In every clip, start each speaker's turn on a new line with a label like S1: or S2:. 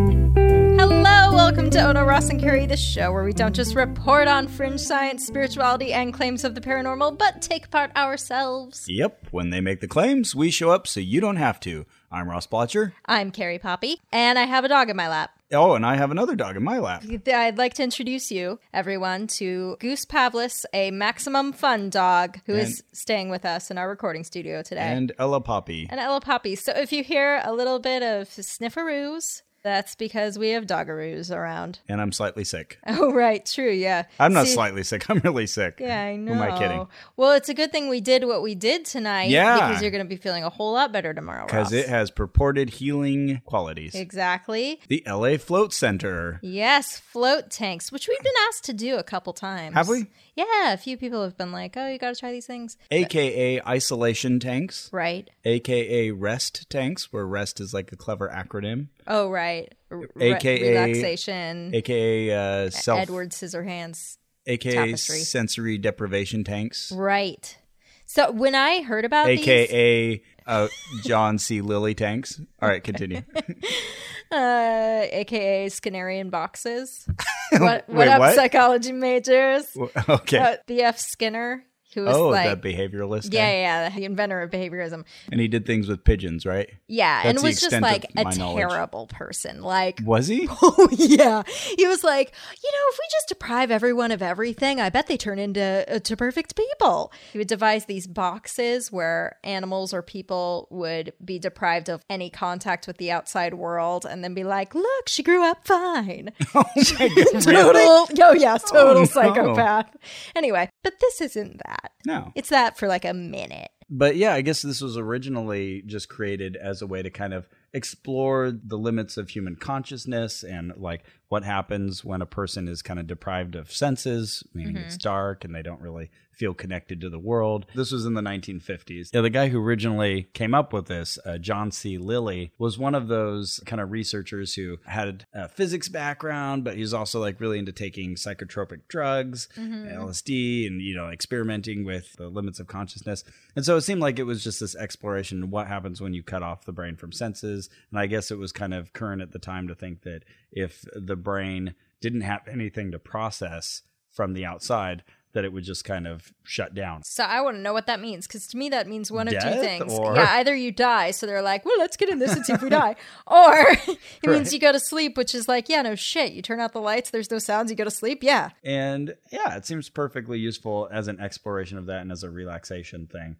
S1: Hello, welcome to Ono Ross and Carrie, the show where we don't just report on fringe science, spirituality, and claims of the paranormal, but take part ourselves.
S2: Yep, when they make the claims, we show up so you don't have to. I'm Ross Blotcher.
S1: I'm Carrie Poppy, and I have a dog in my lap.
S2: Oh, and I have another dog in my lap.
S1: I'd like to introduce you, everyone, to Goose Pavlis, a maximum fun dog who is staying with us in our recording studio today.
S2: And Ella Poppy.
S1: and Ella Poppy. So if you hear a little bit of snifferoos, that's because we have doggaroos around.
S2: And I'm slightly sick.
S1: Oh, right. True. Yeah.
S2: I'm not
S1: See-
S2: slightly sick. I'm really sick.
S1: Yeah, I know.
S2: Who am I kidding?
S1: Well, it's a good thing we did what we did tonight.
S2: Yeah.
S1: Because you're going to be feeling a whole lot better tomorrow.
S2: Because
S1: Ross.
S2: it has purported healing qualities.
S1: Exactly.
S2: the LA Float Center.
S1: Yes, float tanks, which we've been asked to do a couple times.
S2: Have we?
S1: Yeah, a few people have been like, "Oh, you got to try these things."
S2: AKA isolation tanks,
S1: Right.
S2: AKA rest tanks, where rest is like a clever acronym,
S1: Oh, right. R- re-
S2: AKA
S1: relaxation.
S2: AKA uh, self,
S1: Edward Scissorhands.
S2: AKA
S1: E-, Tapestry.
S2: sensory deprivation tanks,
S1: Right. So when I heard about these,
S2: AKA uh, John C. Lilly tanks. All right, continue.
S1: uh, AKA Skinnerian boxes. What, what
S2: Wait,
S1: up,
S2: what?
S1: psychology majors?
S2: okay.
S1: Uh, B.F. Skinner, who was
S2: oh,
S1: like,
S2: the behavioralist.
S1: yeah,
S2: guy.
S1: yeah, yeah, the inventor of behaviorism.
S2: And he did things with pigeons, right?
S1: Yeah, and
S2: That's the
S1: was just
S2: extent of
S1: like a
S2: my knowledge.
S1: terrible person. Like,
S2: Was he?
S1: oh yeah, he was like, you know, if we just deprive everyone of everything, I bet they turn into uh, to perfect people. He would devise these boxes where animals or people would be deprived of any contact with the outside world, and then be like, look, she grew up fine.
S2: oh my god. Really?
S1: total, oh yeah, total
S2: no.
S1: psychopath. Anyway, but this isn't that.
S2: No.
S1: It's that for like a minute.
S2: But yeah, I guess this was originally just created as a way to kind of explore the limits of human consciousness and like what happens when a person is kind of deprived of senses, meaning it's dark and they don't really feel connected to the world. This was in the 1950s. Yeah, the guy who originally came up with this, uh, John C. Lilly, was one of those kind of researchers who had a physics background, but he was also like really into taking psychotropic drugs, LSD, and you know experimenting with the limits of consciousness. And so it seemed like it was just this exploration of what happens when you cut off the brain from senses. And I guess it was kind of current at the time to think that if the brain didn't have anything to process from the outside, that it would just kind of shut down.
S1: So I want to know what that means because to me that means one of two
S2: Death
S1: things.
S2: or-
S1: Yeah, either you die, so they're like, well, let's get in this and see if we die, or it means
S2: Right.
S1: you go to sleep, which is like, yeah, no shit, you turn out the lights, there's no sounds, you go to sleep. Yeah,
S2: And yeah, it seems perfectly useful as an exploration of that and as a relaxation thing.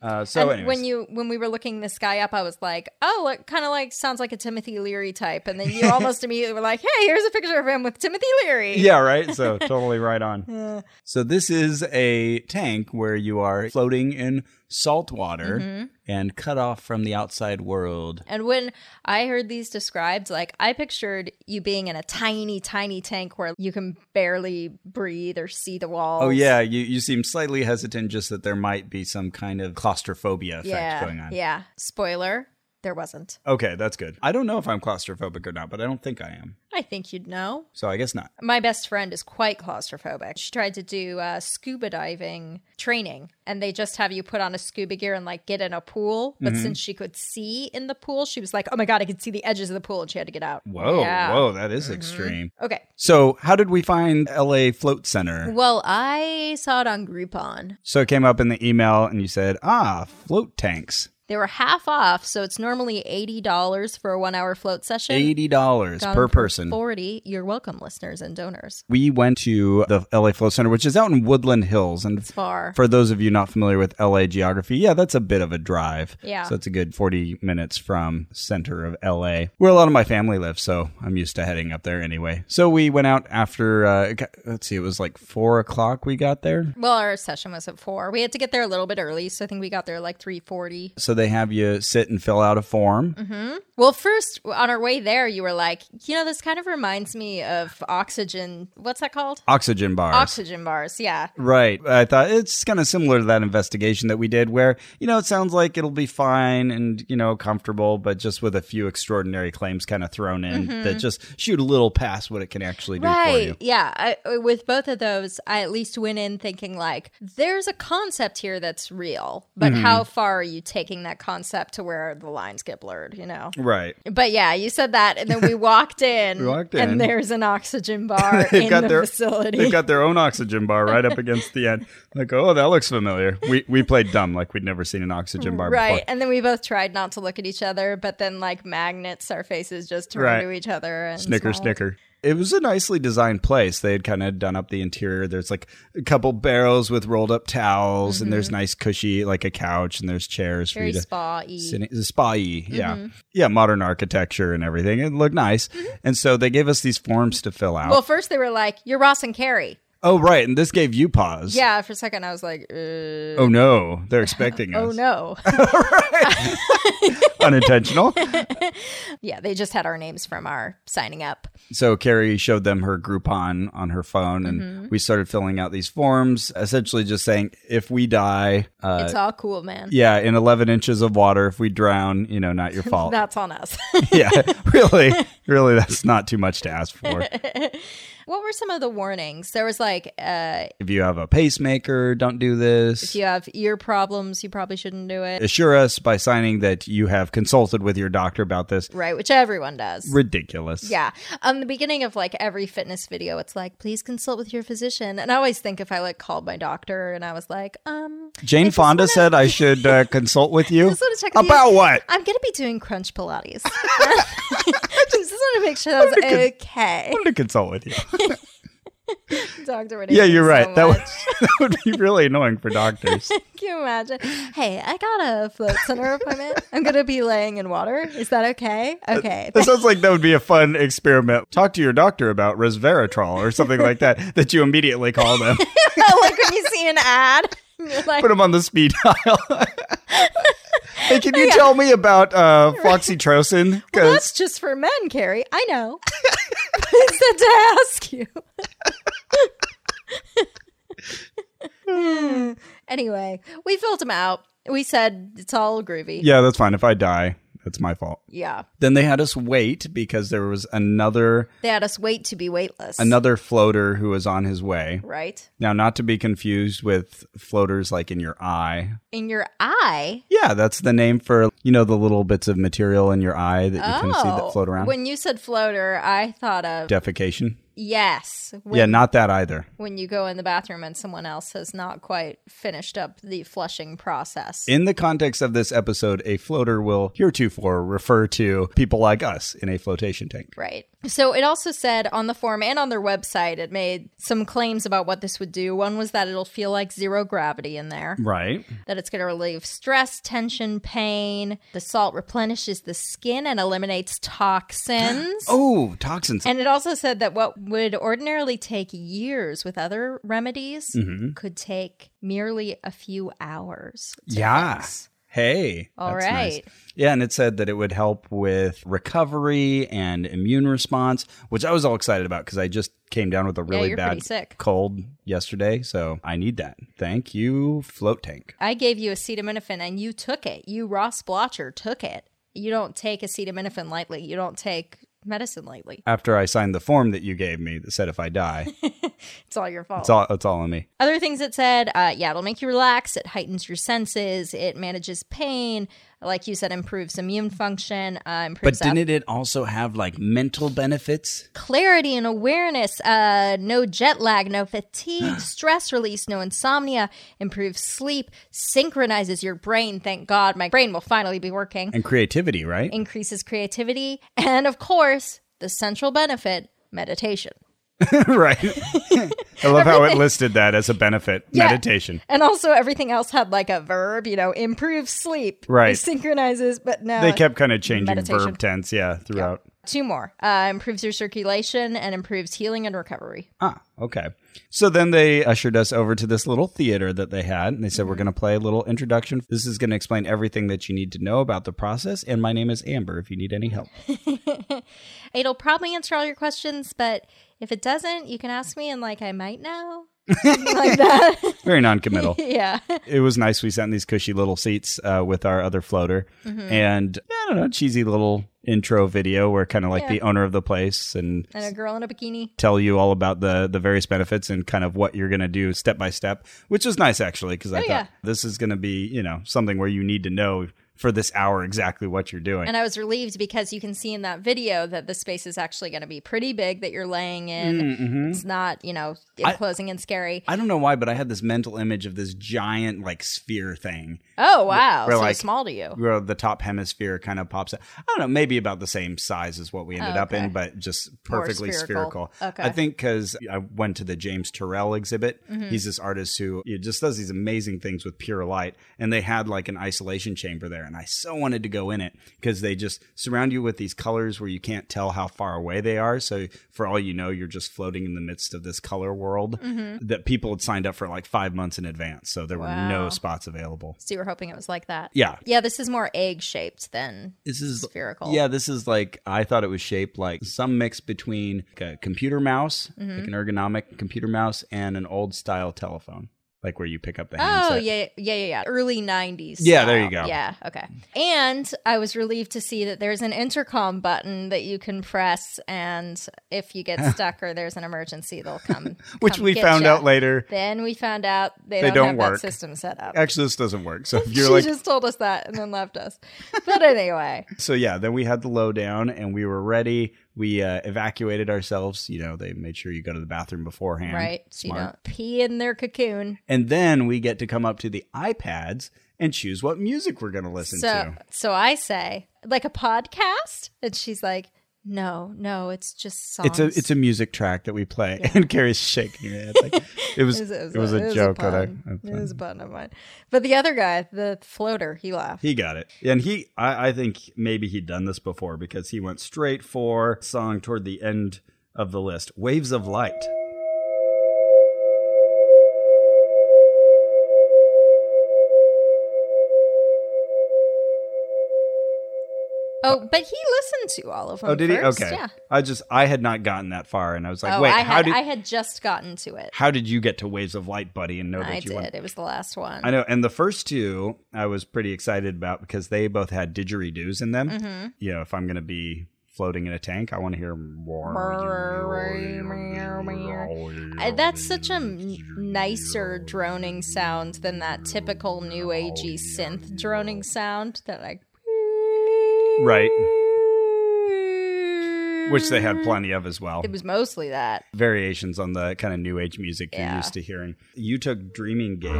S2: Uh, so,
S1: Mm-hmm. and
S2: anyways,
S1: when you when we were looking this guy up, I was like, oh, it kind of like sounds like a Timothy Leary type, and then you almost immediately were like, hey, here's a picture of him with Timothy Leary.
S2: yeah, right. So totally right on. so this is a tank where you are floating in salt water
S1: Mm-hmm.
S2: and cut off from the outside world.
S1: And when I heard these described, like I pictured you being in a tiny, tiny tank where you can barely breathe or see the walls.
S2: Oh yeah, you, you seem slightly hesitant just that there might be some kind of claustrophobia effect
S1: yeah,
S2: going on.
S1: Yeah. Spoiler, there wasn't.
S2: Okay, that's good. I don't know if I'm claustrophobic or not, but I don't think I am.
S1: I think you'd know.
S2: So I guess not.
S1: My best friend is quite claustrophobic. She tried to do uh, scuba diving training, and they just have you put on a scuba gear and like get in a pool.
S2: Mm-hmm.
S1: But since she could see in the pool, she was like, "Oh my god, I could see the edges of the pool," and she had to get out.
S2: Whoa,
S1: Yeah. Mm-hmm.
S2: whoa, that is extreme.
S1: Okay.
S2: So how did we find LA Float Center?
S1: Well, I saw it on Groupon.
S2: So it came up in the email and you said, ah, float tanks.
S1: They were half off, so it's normally eighty dollars for a one-hour float session.
S2: $80
S1: Gone
S2: per
S1: for
S2: person.
S1: Forty. You're welcome, listeners and donors.
S2: we went to the LA Float Center, which is out in Woodland Hills. And
S1: Far.
S2: for those of you not familiar with LA geography, yeah, that's a bit of a drive.
S1: Yeah.
S2: So it's a good 40 minutes from center of LA, where a lot of my family lives. So I'm used to heading up there anyway. So we went out after, uh, it got- let's see, it was like four o'clock we got there.
S1: Well, our session was at four. We had to get there a little bit early, so I think we got there like three forty.
S2: So so they have you sit and fill out a form.
S1: hmm Well, first on our way there, you were like, you know, this kind of reminds me of oxygen. What's that called?
S2: Oxygen bars.
S1: Oxygen bars. Yeah.
S2: Right. I thought it's kind of similar to that investigation that we did where, you know, it sounds like it'll be fine and, you know, comfortable, but just with a few extraordinary claims kind of thrown in
S1: Mm-hmm.
S2: that just shoot a little past what it can actually do for you.
S1: Right. Yeah. I, uh, with both of those, I at least went in thinking, like, there's a concept here that's real, but
S2: Mm-hmm.
S1: how far are you taking that concept to where the lines get blurred, you know?
S2: Right.
S1: But yeah, you said that. And then we walked in.
S2: We walked in.
S1: And there's an oxygen bar
S2: They've
S1: in
S2: got
S1: the
S2: their-
S1: facility.
S2: They've got their own oxygen bar right up against the end. Like, oh, that looks familiar. We we played dumb like we'd never seen an oxygen bar
S1: Right.
S2: before.
S1: And then we both tried not to look at each other, but then like magnets, our faces just turned
S2: Right.
S1: to each other and
S2: Snicker,
S1: smiled.
S2: snicker. It was a nicely designed place. They had kind of done up the interior. There's like a couple barrels with rolled up towels, and there's nice cushy like a couch, and there's chairs for
S1: Mm-hmm. Very
S2: you to
S1: spa y.
S2: Cine- spa yeah.
S1: Mm-hmm.
S2: Yeah, modern architecture and everything. It looked nice. And so they gave us these forms to fill out.
S1: Well, first they were like, You're Ross and Carrie.
S2: oh, right. And this gave you pause.
S1: Yeah, for a second I was like, uh,
S2: Oh, no. They're expecting
S1: Oh
S2: us.
S1: no.
S2: Unintentional.
S1: yeah, they just had our names from our signing up.
S2: So Carrie showed them her Groupon on her phone, and
S1: Mm-hmm.
S2: we started filling out these forms, essentially just saying, if we die, uh,
S1: It's all cool, man.
S2: yeah, in 11 inches of water, if we drown, you know, not your fault.
S1: That's on us.
S2: yeah, really, really, that's not too much to ask for.
S1: what were some of the warnings? There was like, uh,
S2: If you have a pacemaker, don't do this.
S1: if you have ear problems, you probably shouldn't do it.
S2: assure us by signing that you have consulted with your doctor about this.
S1: Right, which everyone does.
S2: Ridiculous.
S1: Yeah. On the beginning of like every fitness video, it's like, please consult with your physician. And I always think if I like called my doctor and I was like, um,
S2: Jane Fonda said I should uh, consult with you.
S1: just wanna check with
S2: about
S1: you.
S2: what?
S1: I'm going to be doing crunch Pilates. just want to make sure that was okay.
S2: I wanted to consult with you.
S1: Doctor would
S2: Yeah,
S1: hate me
S2: you're right.
S1: so
S2: that, would,
S1: much.
S2: that would be really annoying for doctors.
S1: Can you imagine? Hey, I got a float center appointment. I'm going to be laying in water. Is that okay? Okay.
S2: That sounds like that would be a fun experiment. Talk to your doctor about resveratrol or something like that, that you immediately call them,
S1: like when you see an ad, and you're like,
S2: put them on the speed dial. hey, can you tell me about uh, floxytrocin?
S1: that's just for men, Carrie. I know. it's said to ask you. anyway, we filled him out. We said it's all groovy.
S2: yeah, that's fine. If I die, that's my fault.
S1: Yeah.
S2: Then they had us wait because there was another
S1: They had us wait to be weightless.
S2: another floater who was on his way.
S1: right?
S2: Now, not to be confused with floaters like in your eye.
S1: In your eye.
S2: Yeah, that's the name for you know the little bits of material in your eye that you can see that float around.
S1: Oh, When you said floater, I thought of
S2: Defecation.
S1: yes. When,
S2: yeah, not that either.
S1: when you go in the bathroom and someone else has not quite finished up the flushing process.
S2: In the context of this episode, a floater will heretofore refer to people like us in a flotation tank.
S1: Right. So it also said on the form and on their website, it made some claims about what this would do. One was that it'll feel like zero gravity in there,
S2: Right.
S1: that it's going to relieve stress, tension, pain. The salt replenishes the skin and eliminates toxins.
S2: Oh, toxins.
S1: And it also said that what would ordinarily take years with other remedies could take merely a few hours. to
S2: Yeah.
S1: fix.
S2: Hey.
S1: All
S2: that's nice.
S1: right.
S2: Yeah, and it said that it would help with recovery and immune response, which I was all excited about because I just came down with a really
S1: you're pretty
S2: bad
S1: sick.
S2: cold yesterday. So I need that. Thank you, Float Tank.
S1: I gave you acetaminophen and you took it. You, Ross Blotcher, took it. You don't take acetaminophen lightly. You don't take medicine lightly.
S2: After I signed the form that you gave me that said if I die,
S1: It's all your fault.
S2: it's all, it's all on me.
S1: Other things it said, uh, yeah, it'll make you relax. It heightens your senses. It manages pain. Like you said, improves immune function. Uh,
S2: But
S1: improves app-
S2: didn't it also have like mental benefits?
S1: clarity and awareness, uh, no jet lag, no fatigue, stress release, no insomnia, improves sleep, synchronizes your brain. Thank God, my brain will finally be working.
S2: And creativity, right?
S1: increases creativity, and of course, the central benefit meditation.
S2: right. I love how it listed that as a benefit
S1: Yeah.
S2: meditation.
S1: And also, everything else had like a verb, you know, improves sleep,
S2: Right.
S1: synchronizes, but no,
S2: They kept kind of changing
S1: Uh, Meditation.
S2: verb tense, yeah, throughout.
S1: Two more uh, improves your circulation and improves healing and recovery.
S2: Ah, okay. So then they ushered us over to this little theater that they had, and they said,
S1: Mm-hmm.
S2: We're going to play a little introduction. This is going to explain everything that you need to know about the process. And my name is Amber if you need any help.
S1: It'll probably answer all your questions, but if it doesn't, you can ask me and like I might know. Something like that.
S2: Very noncommittal.
S1: yeah.
S2: it was nice. We sat in these cushy little seats uh, with our other floater,
S1: Mm-hmm.
S2: and I don't know, cheesy little intro video where kind of like
S1: Yeah.
S2: the owner of the place and
S1: And a girl in a bikini.
S2: tell you all about the the various benefits and kind of what you're going to do step by step, which was nice actually because I
S1: Oh,
S2: thought
S1: yeah.
S2: this is going to be you know something where you need to know for this hour exactly what you're doing.
S1: And I was relieved because you can see in that video that the space is actually going to be pretty big that you're laying in.
S2: Mm-hmm.
S1: It's not, you know, enclosing and scary.
S2: I don't know why, but I had this mental image of this giant like sphere thing
S1: oh, wow.
S2: we're
S1: So
S2: like-
S1: small to you.
S2: where the top hemisphere kind of pops out. I don't know, maybe about the same size as what we ended up in, but just
S1: More
S2: perfectly
S1: spherical.
S2: spherical.
S1: Okay. Mm-hmm.
S2: I think because I went to the James Terrell exhibit. He's this artist who he just does these amazing things with pure light. And they had like an isolation chamber there. And I so wanted to go in it because they just surround you with these colors where you can't tell how far away they are. So for all you know, you're just floating in the midst of this color world
S1: Mm-hmm.
S2: that people had signed up for like five months in advance. So there were
S1: Wow.
S2: no spots available.
S1: So you were hoping it was like that.
S2: Yeah,
S1: Yeah, this is more egg shaped than
S2: this is
S1: spherical.
S2: Yeah, this is like I thought it was shaped like some mix between like a computer mouse,
S1: Mm-hmm.
S2: like an ergonomic computer mouse, and an old style telephone, like where you pick up the handset.
S1: Oh yeah, yeah, yeah, yeah. Early '90s.
S2: Yeah, there you
S1: style.
S2: go.
S1: Yeah, okay. And I was relieved to see that there's an intercom button that you can press, and if you get stuck or there's an emergency, they'll come.
S2: Which
S1: come
S2: we
S1: get
S2: found
S1: ya.
S2: out later.
S1: Then we found out they,
S2: They
S1: don't,
S2: don't
S1: have that
S2: work.
S1: system set up.
S2: Actually, this doesn't work. So if
S1: she
S2: you're like,
S1: just told us that and then left us. But anyway,
S2: so yeah, then we had the lowdown and we were ready. We uh, evacuated ourselves. You know, they made sure you go to the bathroom beforehand.
S1: right? So you
S2: Smart.
S1: don't pee in their cocoon.
S2: And then we get to come up to the iPads and choose what music we're going to listen
S1: so,
S2: to.
S1: So I say, like a podcast? And she's like, no, no, it's just songs.
S2: It's a it's a music track that we play, and Carrie's shaking her head. Like, it was it was, a joke that I, I
S1: pun. It
S2: played.
S1: was a pun of mine. But the other guy, the floater, he laughed.
S2: He got it, and he I, I think maybe he'd done this before because he went straight for song toward the end of the list, "Waves of Light."
S1: oh, but he listened to all of them.
S2: Oh, did
S1: first,
S2: he? Okay,
S1: Yeah.
S2: I just I had not gotten that far, and I was like,
S1: oh,
S2: wait,
S1: I
S2: how
S1: had
S2: did
S1: I had just gotten to it.
S2: how did you get to "Waves of Light," buddy, and know that
S1: I
S2: you
S1: did.
S2: went?
S1: It was the last one.
S2: I know. And the first two I was pretty excited about because they both had didgeridoos in
S1: Mm.
S2: them.
S1: Mm-hmm.
S2: You know, if I'm going to be floating in a tank, I want to hear.
S1: I- That's such a n- nicer droning sound than that typical new agey synth droning sound that like
S2: Right. Which they had plenty of as well.
S1: it was mostly that.
S2: Variations on the kind of new age music you're
S1: Yeah.
S2: used to hearing. You took Dreaming Gate.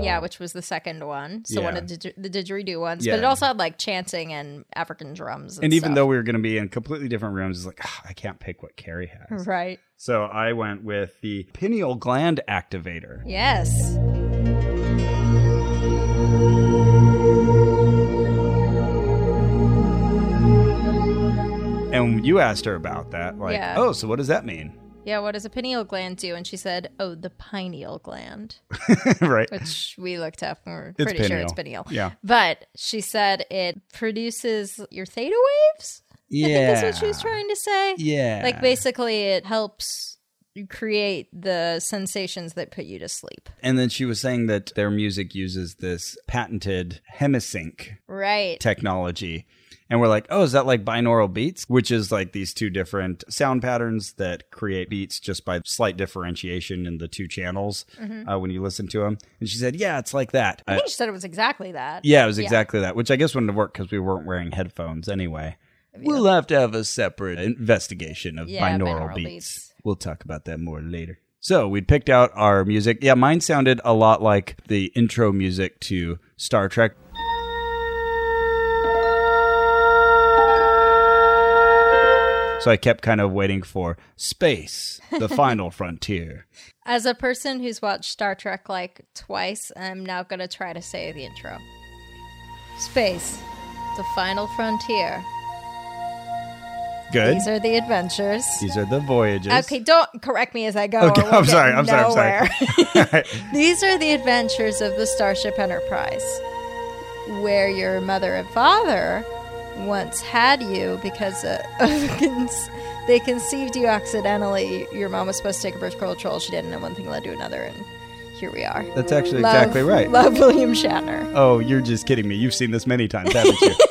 S1: Yeah, which was the second one. So one
S2: Yeah.
S1: of the, didger- the didgeridoo ones, but it
S2: Yeah.
S1: also had like chanting and African drums. And,
S2: And even though
S1: stuff.
S2: we were going to be in completely different rooms, it's like, "Ah, I can't pick what Carrie has.
S1: right,
S2: So I went with the pineal gland activator.
S1: yes,
S2: And you asked her about that, like,
S1: Yeah.
S2: oh, so what does that mean?
S1: yeah. What does a pineal gland do? And she said, "Oh, the pineal gland,"
S2: right.
S1: which we looked up and we're
S2: It's
S1: pretty sure it's pineal.
S2: Yeah.
S1: But she said it produces your theta waves.
S2: Yeah.
S1: I think that's what she was trying to say.
S2: Yeah.
S1: Like basically, it helps you create the sensations that put you to sleep.
S2: and then she was saying that their music uses this patented hemisync
S1: Right.
S2: technology. And we're like, oh, is that like binaural beats? Which is like these two different sound patterns that create beats just by slight differentiation in the two channels uh, when you listen to them. And she said, yeah, it's like that.
S1: I
S2: Uh,
S1: think she said it was exactly that.
S2: yeah, it was exactly that, which I guess wouldn't have worked because we weren't wearing headphones anyway. We'll have to have a separate investigation of
S1: Yeah,
S2: binaural,
S1: binaural
S2: beats.
S1: beats.
S2: We'll talk about that more later. So we'd picked out our music. Yeah, mine sounded a lot like the intro music to Star Trek. So I kept kind of waiting for space, the final frontier.
S1: As a person who's watched Star Trek like twice, I'm now going to try to say the intro. Space, the final frontier.
S2: Good.
S1: These are the adventures.
S2: These are the voyages.
S1: Okay, don't correct me as I go.
S2: Okay,
S1: or we'll
S2: I'm
S1: get
S2: sorry, I'm sorry, I'm sorry.
S1: nowhere. These are the adventures of the Starship Enterprise, where your mother and father once had you because uh, of cons- they conceived you accidentally. Your mom was supposed to take a birth control, she didn't, and one thing led to another, and here we are.
S2: That's actually
S1: Love-
S2: exactly right.
S1: Love William Shatner.
S2: Oh, you're just kidding me. You've seen this many times, haven't you?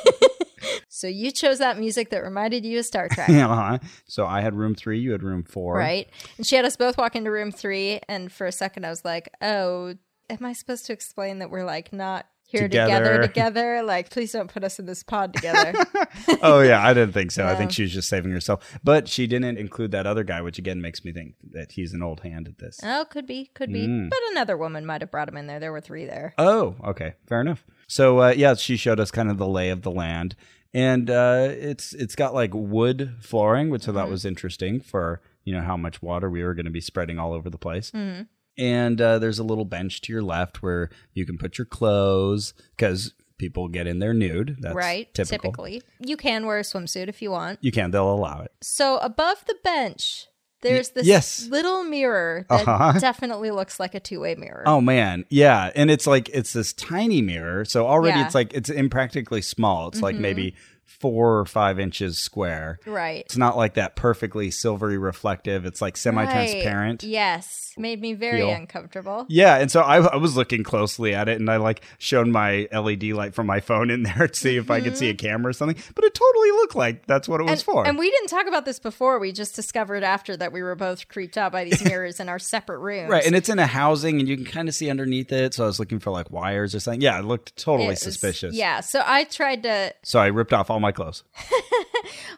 S1: So you chose that music that reminded you of Star Trek.
S2: uh-huh. So I had room three, you had room four.
S1: Right. And she had us both walk into room three. And for a second, I was like, oh, am I supposed to explain that we're like not here together,
S2: Together.
S1: together? Like, please don't put us in this pod together.
S2: oh yeah, I didn't think so. I
S1: No.
S2: think she was just saving herself. But she didn't include that other guy, which again makes me think that he's an old hand at this.
S1: oh, could be, could be.
S2: Mm.
S1: But another woman might have brought him in there. There were three there.
S2: Oh, okay, fair enough. So uh, yeah, she showed us kind of the lay of the land, and uh, it's it's got like wood flooring, which I
S1: Mm-hmm.
S2: thought was interesting for you know how much water we were going to be spreading all over the place.
S1: Mhm.
S2: And uh, there's a little bench to your left where you can put your clothes because people get in there nude. That's
S1: right.
S2: typical.
S1: Typically, you can wear a swimsuit if you want.
S2: You can. They'll allow it.
S1: So above the bench, there's this
S2: yes.
S1: little mirror that
S2: Uh-huh.
S1: definitely looks like a two way mirror.
S2: Oh man, yeah, and it's like it's this tiny mirror, so already
S1: Yeah. Mm-hmm.
S2: it's like it's impractically small. It's like maybe four or five inches square.
S1: Right.
S2: It's not like that perfectly silvery reflective. It's like semi-transparent.
S1: Right. Yes. Made me very
S2: Feel.
S1: uncomfortable.
S2: Yeah, and so I, I was looking closely at it, and I like shone my LED light from my phone in there to see if I could see a camera or something. But it totally looked like that's what it was
S1: Mm-hmm. and,
S2: for.
S1: and we didn't talk about this before. We just discovered after that we were both creeped out by these mirrors in our separate rooms.
S2: Right, and it's in a housing, and you can kind of see underneath it. So I was looking for like wires or something. Yeah, it looked
S1: It
S2: totally
S1: was-
S2: suspicious.
S1: Yeah. So I tried to.
S2: So I ripped off all my clothes.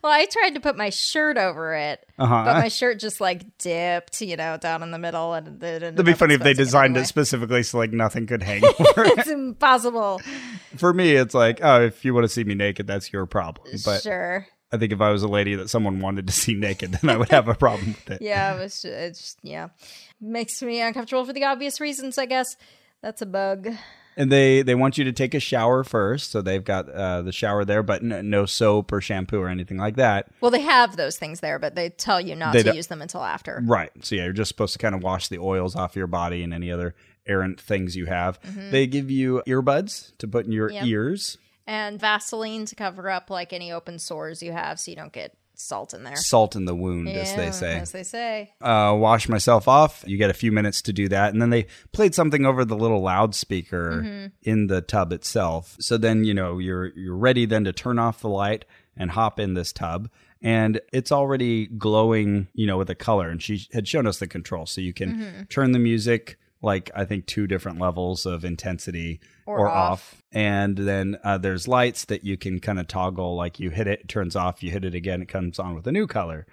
S1: Well, I tried to put my shirt over it,
S2: Uh huh.
S1: but my shirt just like dipped, you know, down in the middle. And it ended
S2: It'd be
S1: up
S2: funny if they
S1: exposing
S2: designed
S1: anyway.
S2: it specifically so like nothing could hang over. it.
S1: it's impossible.
S2: For me, it's like, oh, if you want to see me naked, that's your problem. But
S1: sure.
S2: I think if I was a lady that someone wanted to see naked, then I would have a problem with it.
S1: Yeah. It was. It's just, yeah. Makes me uncomfortable for the obvious reasons, I guess. That's a bug.
S2: And they they want you to take a shower first, so they've got uh, the shower there, but n- no soap or shampoo or anything like that.
S1: Well, they have those things there, but they tell you not
S2: They
S1: to
S2: don't-
S1: use them until after.
S2: Right. So yeah, you're just supposed to kind of wash the oils off your body and any other errant things you have. They give you earbuds to put in your
S1: Mm-hmm. Yeah.
S2: ears.
S1: and Vaseline to cover up like any open sores you have so you don't get salt in there.
S2: Salt in the wound, as they
S1: Yeah,
S2: say.
S1: As they say.
S2: uh, wash myself off. You get a few minutes to do that. And then they played something over the little loudspeaker
S1: Mm-hmm.
S2: in the tub itself. So then, you know, you're you're ready then to turn off the light and hop in this tub. And it's already glowing, you know, with a color. And she had shown us the control. So you can
S1: Mm-hmm.
S2: turn the music like I think two different levels of intensity
S1: Or
S2: or,
S1: off.
S2: off and then uh, there's lights that you can kind of toggle like you hit it, it turns off you hit it again it comes on with a new color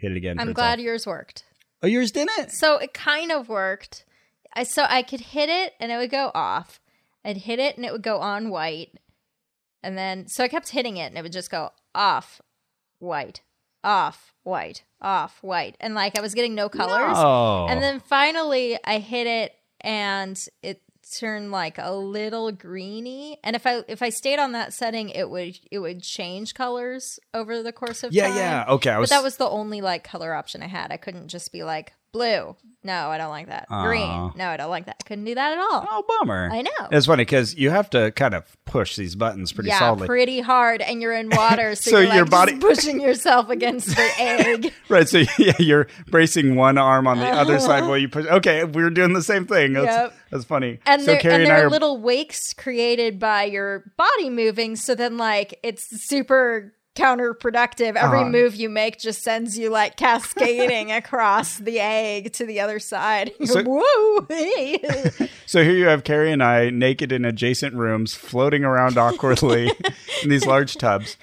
S2: hit it again
S1: I'm
S2: turns
S1: glad yours worked.
S2: Oh, yours didn't?
S1: So it kind of worked. I so I could hit it and it would go off. I'd hit it and it would go on white. And then so I kept hitting it and it would just go off white. Off white. Off white. And like I was getting no colors.
S2: Oh.
S1: And then finally, I hit it, and it turned like a little greeny. And if I if I stayed on that setting, it would it would change colors over the course of
S2: yeah,
S1: time.
S2: yeah. Okay, I was.
S1: But that was the only like color option I had. I couldn't just be like blue. No, I don't like that. Green.
S2: Aw.
S1: No, I don't like that. I couldn't do that at all.
S2: oh bummer.
S1: I know.
S2: It's funny because you have to kind of push these buttons pretty
S1: yeah,
S2: solidly,
S1: pretty hard, and you're in water, so,
S2: So
S1: you're
S2: your
S1: like,
S2: body-
S1: just pushing yourself against the egg.
S2: right? So yeah, you're bracing one arm on the other side while you push. Okay, we're doing the same thing. That's,
S1: Oh. Yep.
S2: that's funny.
S1: and
S2: so
S1: there,
S2: Carrie
S1: and
S2: and,
S1: there
S2: I
S1: are,
S2: are
S1: little wakes created by your body moving. So then, like, it's super counterproductive. Every
S2: Uh-huh.
S1: move you make just sends you like cascading across the egg to the other side.
S2: So-
S1: Whoa! hey.
S2: so here you have Carrie and I naked in adjacent rooms, floating around awkwardly in these large tubs.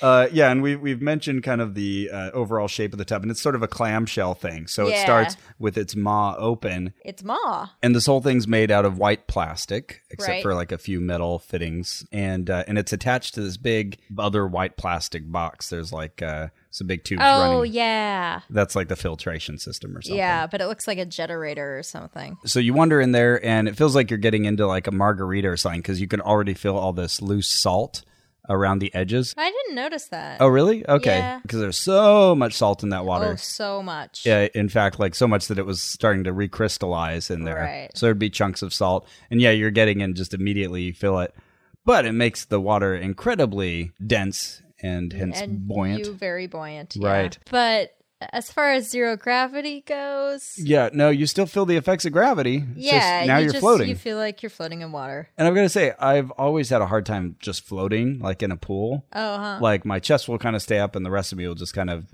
S2: Uh, yeah, and we we've mentioned kind of the uh, overall shape of the tub, and it's sort of a clamshell thing. So it
S1: Yeah.
S2: starts with its maw open,
S1: it's Ma.
S2: and this whole thing's made out of white plastic except
S1: Right.
S2: for like a few metal fittings and uh, and it's attached to this big other white plastic plastic box. There's like uh, some big tubes
S1: Oh
S2: running.
S1: yeah,
S2: That's like the filtration system or something.
S1: yeah, but it looks like a generator or something.
S2: So you wander in there, and it feels like you're getting into like a margarita or something because you can already feel all this loose salt around the edges.
S1: I didn't notice that.
S2: Oh, really? Okay.
S1: Yeah.
S2: Because there's so much salt in that water.
S1: Oh, so much.
S2: Yeah, in fact, like so much that it was starting to recrystallize in there.
S1: Right.
S2: So there'd be chunks of salt. And yeah, you're getting in just immediately, you feel it. But it makes the water incredibly dense and hence
S1: and
S2: buoyant.
S1: You very buoyant, yeah.
S2: Right.
S1: But as far as zero gravity goes,
S2: Yeah, no, you still feel the effects of gravity. It's just
S1: yeah,
S2: now
S1: you
S2: are
S1: just,
S2: floating.
S1: You feel like you're floating in water.
S2: and I'm going to say, I've always had a hard time just floating, like in a pool.
S1: Oh, huh.
S2: Like my chest will kind of stay up and the rest of me will just kind of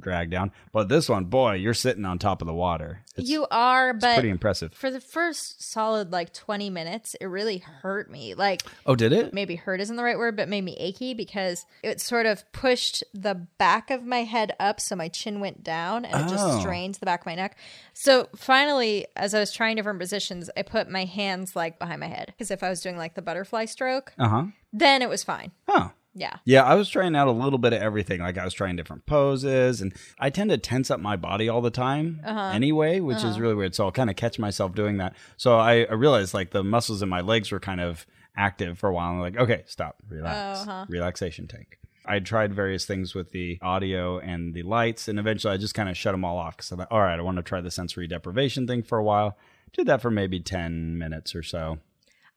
S2: drag down. But this one, boy, you're sitting on top of the water. It's
S1: you are, but
S2: pretty impressive.
S1: for the first solid like 20 minutes, it really hurt me. Like
S2: Oh, did it?
S1: maybe hurt isn't the right word, but made me achy because it sort of pushed the back of my head up. So my chin went down and it
S2: Oh.
S1: just strained the back of my neck. So finally, as I was trying different positions, I put my hands like behind my head because if I was doing like the butterfly stroke,
S2: Uh huh.
S1: then it was fine.
S2: Huh.
S1: Yeah.
S2: Yeah, I was trying out a little bit of everything. Like I was trying different poses, and I tend to tense up my body all the time anyway, which is really weird. So I'll kind of catch myself doing that. So I, I realized like the muscles in my legs were kind of active for a while. I'm like, okay, stop, relax,
S1: Uh-huh.
S2: relaxation tank. I tried various things with the audio and the lights, and eventually I just kind of shut them all off because I thought, all right, I want to try the sensory deprivation thing for a while. Did that for maybe 10 minutes or so.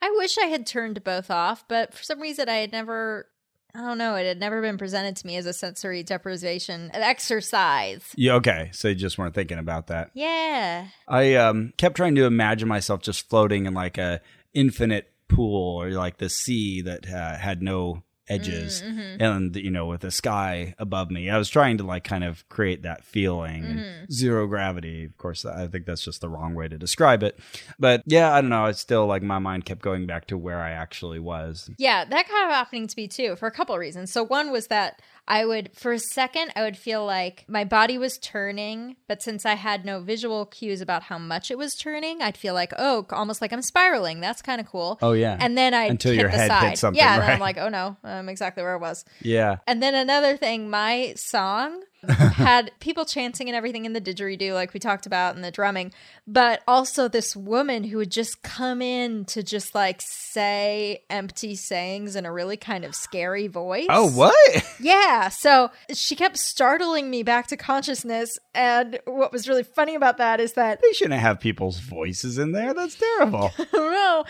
S1: I wish I had turned both off, but for some reason I had never. I don't know. It had never been presented to me as a sensory deprivation an exercise.
S2: Yeah, okay. So you just weren't thinking about that.
S1: Yeah.
S2: I um, kept trying to imagine myself just floating in like a infinite pool or like the sea that uh, had no edges
S1: Mm-hmm.
S2: and you know with the sky above me i was trying to like kind of create that feeling
S1: Mm-hmm.
S2: and zero gravity of course i think that's just the wrong way to describe it but yeah i don't know it's still like my mind kept going back to where i actually was
S1: Yeah, that kind of happening to me too for a couple of reasons. So one was that I would for a second I would feel like my body was turning, but since I had no visual cues about how much it was turning, I'd feel like, oh, almost like I'm spiraling. That's kind of cool.
S2: oh yeah
S1: And then I
S2: Until
S1: hit
S2: your
S1: the
S2: head hit
S1: side.
S2: something,
S1: yeah, and then
S2: right?
S1: I'm like, oh no, I'm exactly where I was.
S2: yeah
S1: And then another thing, my song had people chanting and everything in the didgeridoo, like we talked about, and the drumming, but also this woman who would just come in to just like say empty sayings in a really kind of scary voice.
S2: oh what
S1: Yeah. So she kept startling me back to consciousness. And what was really funny about that is that
S2: they shouldn't have people's voices in there that's terrible
S1: don't know.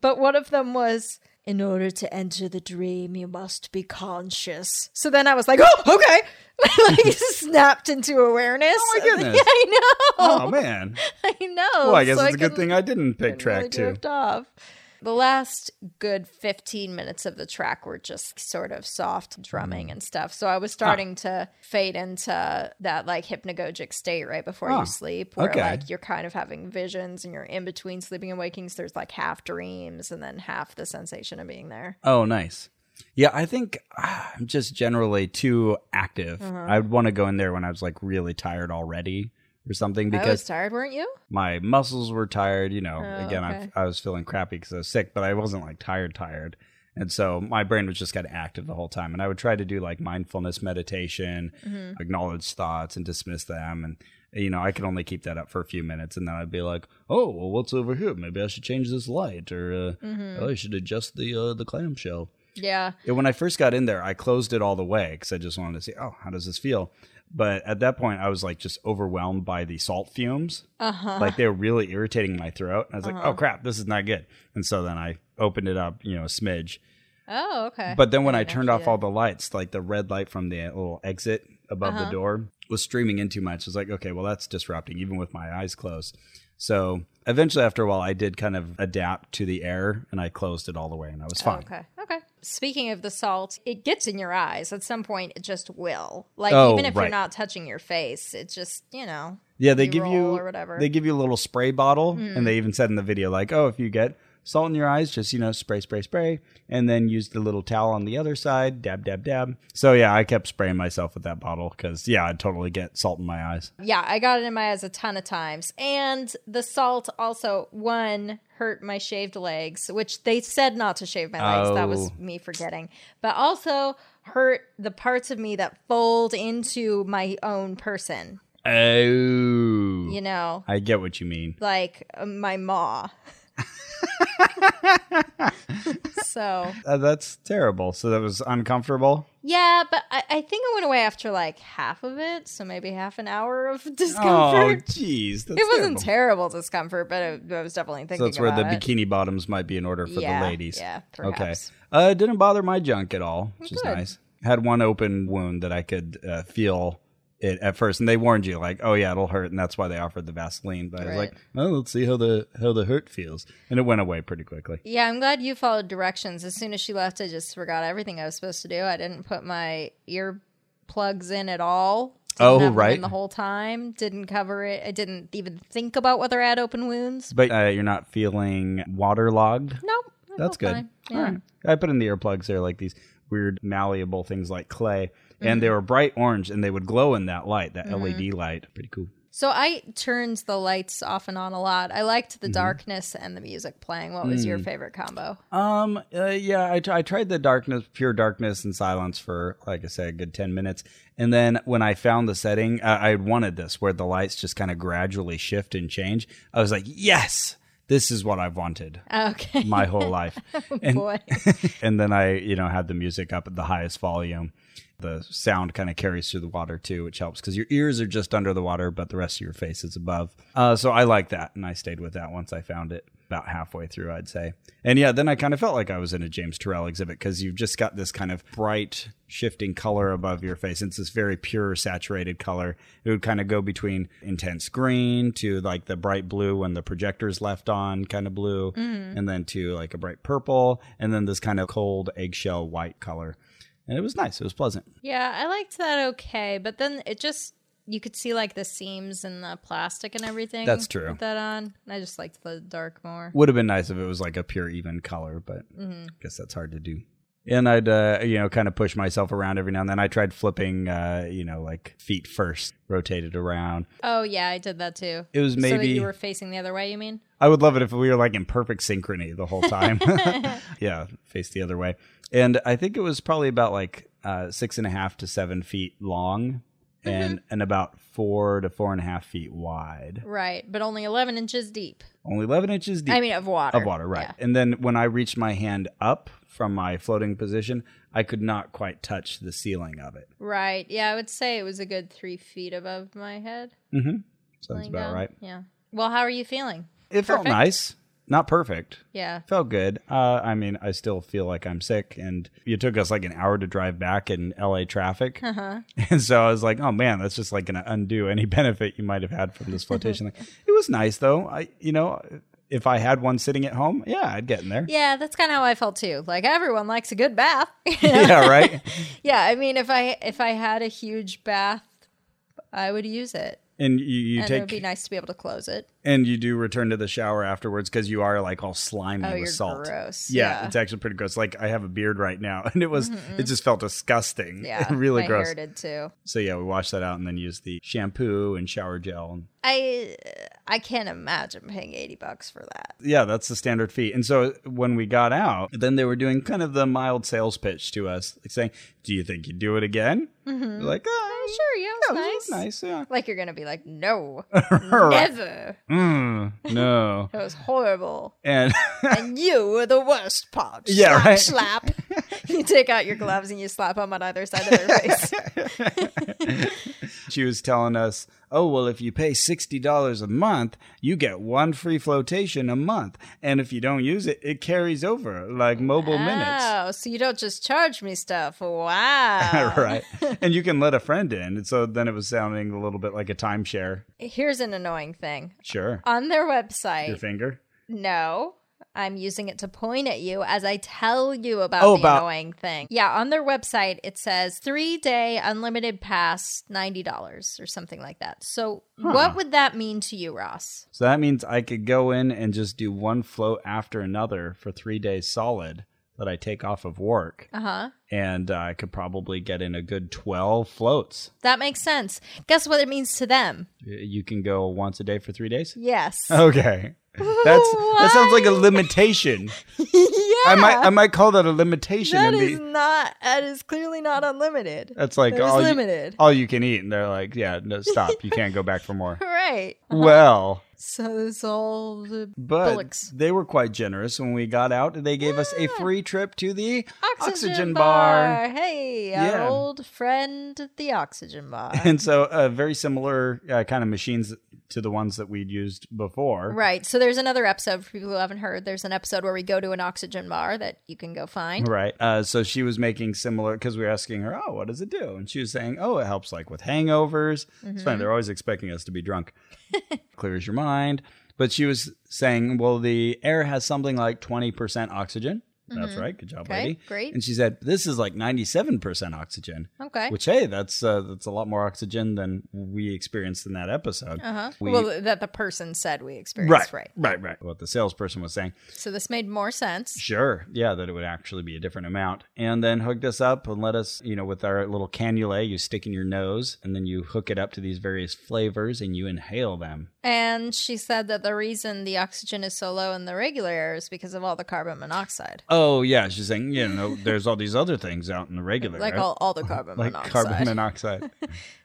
S1: But one of them was, in order to enter the dream, you must be conscious. So then I was like, oh, okay. I like snapped into awareness.
S2: Oh, my goodness.
S1: Yeah, I know.
S2: oh man
S1: I know.
S2: well i guess
S1: Oh, So
S2: it's a good
S1: couldn't-
S2: thing i didn't
S1: couldn't
S2: pick track
S1: really
S2: two
S1: drift Off. The last good 15 minutes of the track were just sort of soft
S2: Mm.
S1: drumming and stuff. So I
S2: Ah.
S1: was starting to fade into that like hypnagogic state right before
S2: Ah,
S1: you sleep, where
S2: okay.
S1: like you're kind of having visions and you're in between sleeping and waking. So there's like half dreams and then half the sensation of being there.
S2: Oh, nice. Yeah, I think ah, I'm just generally too active.
S1: Uh-huh.
S2: I would want to go in there when I was like really tired already or something
S1: I was
S2: because
S1: tired, weren't you?
S2: my muscles were tired. You know,
S1: Oh,
S2: again,
S1: okay.
S2: I, I was feeling crappy because I was sick, but I wasn't like tired, tired. And so my brain was just kind of active the whole time. And I would try to do like mindfulness meditation,
S1: Mm-hmm.
S2: acknowledge thoughts and dismiss them. And, you know, I could only keep that up for a few minutes. And then I'd be like, oh, well, what's over here? Maybe I should change this light or uh, oh,
S1: Mm.
S2: I should adjust the, uh, the clamshell.
S1: Mm-hmm. Yeah.
S2: Yeah, when I first got in there, I closed it all the way because I just wanted to see, oh, how does this feel? But at that point, I was like just overwhelmed by the salt fumes.
S1: Uh huh.
S2: Like they were really irritating my throat. And I was like,
S1: Uh-huh.
S2: oh crap, this is not good. And so then I opened it up, you know, a smidge.
S1: Oh, okay.
S2: But then when I
S1: didn't
S2: turned
S1: actually
S2: off all the lights, like the red light from the little exit above
S1: Uh-huh.
S2: the door was streaming in too much. I was like, okay, well, that's disrupting, even with my eyes closed. So eventually, after a while, I did kind of adapt to the air and I closed it all the way and I was fine.
S1: Okay. Okay. Speaking of the salt, it gets in your eyes. At some point, it just will. Like,
S2: Oh,
S1: even if
S2: right.
S1: you're not touching your face, it just, you know.
S2: Yeah, they
S1: you
S2: give you
S1: roll or whatever. Mm.
S2: They give you a little spray bottle, and they even said in the video, like, oh, if you get salt in your eyes, just you know, spray, spray, spray, and then use the little towel on the other side, dab, dab, dab. So yeah, I kept spraying myself with that bottle because yeah, I totally get salt in my eyes.
S1: Yeah, I got it in my eyes a ton of times. And the salt also, one, hurt my shaved legs, which they said not to shave my legs. That was
S2: Oh.
S1: me forgetting. But also, hurt the parts of me that fold into my own person.
S2: Oh.
S1: You know,
S2: I get what you mean.
S1: like uh, my maw. so
S2: Uh, that's terrible. So that was uncomfortable.
S1: yeah, but I, I think I went away after like half of it, so maybe half an hour of
S2: Oh,
S1: discomfort.
S2: jeez.
S1: it wasn't terrible discomfort, but it, I was definitely thinking
S2: So that's where the
S1: about it.
S2: bikini bottoms might be in order for
S1: Yeah,
S2: the ladies.
S1: Yeah,
S2: Okay.
S1: perhaps.
S2: Uh, it didn't bother my junk at all, which is
S1: Good.
S2: nice. Had one open wound that I could uh, feel it at first, and they warned you like, "Oh yeah, it'll hurt," and that's why they offered the Vaseline. But I was
S1: Right.
S2: like, "Oh, let's see how the how the hurt feels," and it went away pretty quickly.
S1: Yeah, I'm glad you followed directions. As soon as she left, I just forgot everything I was supposed to do. I didn't put my ear plugs in at all. Didn't
S2: Oh,
S1: have them
S2: right.
S1: in The whole time. Didn't cover it. I didn't even think about whether I had open wounds.
S2: But uh, you're not feeling waterlogged.
S1: Nope. I
S2: That's
S1: felt
S2: good.
S1: fine.
S2: All
S1: Yeah.
S2: right. I put in the earplugs. They're like these weird malleable things like clay,
S1: Mm-hmm.
S2: and they were bright orange, and they would glow in that light, that LED light. Pretty cool.
S1: So I turned the lights off and on a lot. I liked the
S2: Mm-hmm.
S1: darkness and the music playing. What was your
S2: Mm.
S1: favorite combo?
S2: Um. Uh, yeah. I, t- I tried the darkness, pure darkness and silence for, like I said, a good ten minutes, and then when I found the setting, uh, I wanted this where the lights just kind of gradually shift and change. I was like, yes, this is what I've wanted
S1: Okay.
S2: my whole life. and,
S1: Boy.
S2: and then I, you know, had the music up at the highest volume. The sound kind of carries through the water too, which helps because your ears are just under the water, but the rest of your face is above. Uh, so I like that, and I stayed with that once I found it about halfway through, I'd say. And yeah, then I kind of felt like I was in a James Terrell exhibit because you've just got this kind of bright, shifting color above your face. It's this very pure, saturated color. It would kind of go between intense green to like the bright blue when the projector's left on, kind of blue,
S1: Mm-hmm.
S2: and then to like a bright purple, and then this kind of cold eggshell white color. And it was nice. It was pleasant.
S1: yeah, I liked that okay, but then it just you could see like the seams and the plastic and everything.
S2: That's true.
S1: with that on. I just liked the dark more. Mm-hmm.
S2: Would have been nice if it was like a pure even color, but I guess that's hard to do. And I'd uh, you know kind of push myself around every now and then. I tried flipping, uh, you know, like feet first, rotated around.
S1: Oh yeah, I did that too.
S2: It was
S1: so that
S2: maybe
S1: you were facing the other way. You mean?
S2: I would love it if we were like in perfect synchrony the whole time. yeah, face the other way. And I think it was probably about like uh, six and a half to seven feet long,
S1: Mm-hmm.
S2: and and about four to four and a half feet wide.
S1: Right, but only eleven inches deep.
S2: Only eleven inches deep.
S1: I mean, of water.
S2: Of water, right.
S1: Yeah.
S2: And then when I reached my hand up from my floating position, I could not quite touch the ceiling of it.
S1: Right. Yeah, I would say it was a good three feet above my head.
S2: Mm-hmm. Sounds
S1: laying
S2: about
S1: down.
S2: right.
S1: Yeah. Well, how are you feeling?
S2: It felt
S1: Perfect.
S2: nice, not perfect.
S1: Yeah.
S2: Felt good. Uh, I mean, I still feel like I'm sick, and it took us like an hour to drive back in LA traffic.
S1: Uh-huh.
S2: And so I was like, oh man, that's just like going to undo any benefit you might have had from this flotation. thing. it was nice though. I, you know, if I had one sitting at home, yeah, I'd get in there.
S1: Yeah, that's kind of how I felt too. Like everyone likes a good bath.
S2: yeah right.
S1: yeah, I mean, if I if I had a huge bath, I would use it,
S2: And you, you
S1: and it would
S2: take
S1: be nice to be able to close it.
S2: And you do return to the shower afterwards because you are like all slimy
S1: Oh,
S2: with
S1: you're
S2: salt.
S1: gross.
S2: Yeah,
S1: Yeah. Mm-hmm.
S2: it's actually pretty gross. Like I have a beard right now, and it was it just felt disgusting.
S1: Yeah,
S2: really
S1: my
S2: gross.
S1: Hair did too.
S2: So yeah, we washed that out and then used the shampoo and shower gel. And
S1: I I can't imagine paying eighty bucks for that.
S2: yeah, that's the standard fee. And so when we got out, then they were doing kind of the mild sales pitch to us, like saying, "Do you think you'd do it again?" We're Like, oh,
S1: Sure, yeah, it was
S2: yeah, it
S1: nice.
S2: was nice, yeah.
S1: Like you're gonna be like, no,
S2: Right.
S1: never.
S2: Mm, no,
S1: It was horrible,
S2: and
S1: and you were the worst part.
S2: Yeah,
S1: slap,
S2: right.
S1: slap. you take out your gloves and you slap them on either side of their face.
S2: she was telling us, "Oh well, if you pay sixty dollars a month, you get one free flotation a month, and if you don't use it, it carries over like mobile minutes."
S1: Oh, so you don't just charge me stuff? Wow.
S2: right, Um, and you can let a friend in. And so then it was sounding a little bit like a timeshare.
S1: Here's an annoying thing.
S2: Sure,
S1: On their
S2: your
S1: website,
S2: finger.
S1: no, I'm using it to point at you as I tell you about
S2: Oh,
S1: the
S2: about-
S1: annoying thing. Yeah, on their website, it says three day unlimited pass, $90 or something like that. So, what would that mean to you, Ross?
S2: So that means I could go in and just do one float after another for three days solid that I take off of work,
S1: Uh huh.
S2: and uh, I could probably get in a good twelve floats.
S1: That makes sense. Guess what it means to them?
S2: You can go once a day for three days.
S1: Yes.
S2: Okay. That's that sounds like a limitation. I might I might call that a limitation.
S1: That
S2: and be-
S1: is not. That is clearly not unlimited.
S2: that's like
S1: that is
S2: all you, oh.
S1: limited.
S2: all you can eat, and they're like, yeah, no, stop, you can't go back for more.
S1: right.
S2: Well,
S1: So this all the
S2: but
S1: Bullocks.
S2: they were quite generous when we got out. They gave us a
S1: Yeah.
S2: free trip to the
S1: oxygen,
S2: Oxygen
S1: bar. Hey,
S2: Yeah.
S1: our old friend, the oxygen bar.
S2: and so uh, very similar uh, kind of machines to the ones that we'd used before.
S1: Right. So there's another episode for people who haven't heard. There's an episode where we go to an oxygen bar that you can go find.
S2: Right. Uh, so she was making similar because we were asking her, "Oh, what does it do?" And she was saying, "Oh, it helps like with hangovers." It's
S1: Mm-hmm.
S2: funny; they're always expecting us to be drunk. Clears your mind. But she was saying, "Well, the air has something like twenty percent oxygen." That's right. Good job,
S1: Mm-hmm. Okay.
S2: lady.
S1: Great.
S2: And she said, "This is like ninety-seven percent oxygen."
S1: Okay.
S2: Which, hey, that's uh, that's a lot more oxygen than we experienced in that episode.
S1: uh-huh.
S2: we-
S1: well, that the person said we experienced. Right.
S2: right, right. What the salesperson was saying.
S1: So this made more sense.
S2: Sure. Yeah, that it would actually be a different amount. And then hooked us up and let us, you know, with our little cannula, you stick in your nose and then you hook it up to these various flavors and you inhale them.
S1: And she said that the reason the oxygen is so low in the regular air is because of all the carbon monoxide.
S2: Oh, yeah. She's saying, you know, there's all these other things out in the regular.
S1: Like
S2: right?
S1: all, all the carbon
S2: like
S1: monoxide.
S2: carbon monoxide.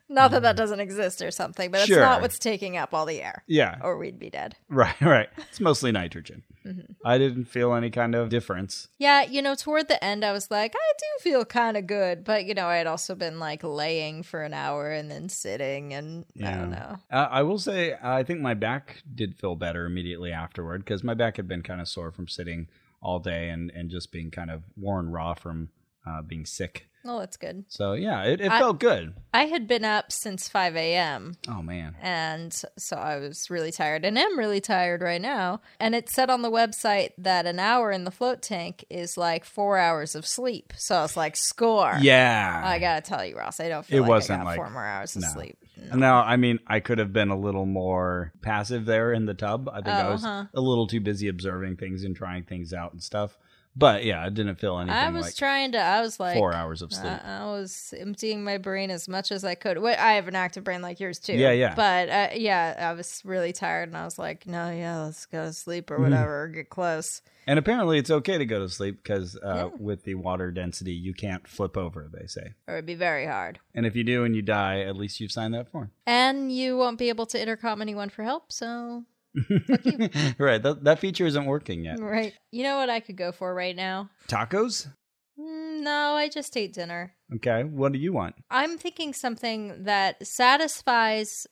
S1: not that that doesn't exist or something, but it's
S2: Mm. Sure.
S1: not what's taking up all the air,
S2: yeah.
S1: or we'd be dead.
S2: Right, right. It's mostly nitrogen.
S1: Mm-hmm.
S2: I didn't feel any kind of difference.
S1: Yeah, you know, toward the end, I was like, I do feel kind of good, but you know, I had also been like laying for an hour and then sitting, and I don't
S2: Yeah.
S1: know.
S2: Uh, I will say, I think my back did feel better immediately afterward because my back had been kind of sore from sitting all day and, and just being kind of worn raw from uh, being sick.
S1: Well, that's good.
S2: So yeah, it, it
S1: I-
S2: felt good.
S1: I had been up since 5 a.m.
S2: Oh man.
S1: And so I was really tired and am really tired right now. And it said on the website that an hour in the float tank is like four hours of sleep. So I was like, score.
S2: Yeah.
S1: I gotta tell you, Ross, I don't feel
S2: It
S1: like
S2: wasn't
S1: I got
S2: like-
S1: four more hours of
S2: no.
S1: sleep.
S2: No, I mean I could have been a little more passive there in the tub. I think I
S1: Oh,
S2: was
S1: huh.
S2: a little too busy observing things and trying things out and stuff. But yeah, I didn't feel anything
S1: I was
S2: like
S1: trying to, I was like, uh,
S2: four hours of sleep.
S1: I, I was emptying my brain as much as I could. Wait, I have an active brain like yours too.
S2: Yeah, yeah.
S1: But uh, yeah, I was really tired, and I was like, "No, yeah, let's go to sleep or
S2: Mhm.
S1: whatever, or get close."
S2: and apparently it's okay to go to sleep because uh,
S1: Yeah.
S2: with the water density you can't flip over, they say.
S1: Or it'd be very hard,
S2: And if you do and you die, at least you've signed that form.
S1: and you won't be able to intercom anyone for help. So,
S2: right. That, that feature isn't working yet.
S1: right, you know what I could go for right now?
S2: Tacos?
S1: Mm, No, I just ate dinner.
S2: Okay. What do you want?
S1: I'm thinking something that satisfies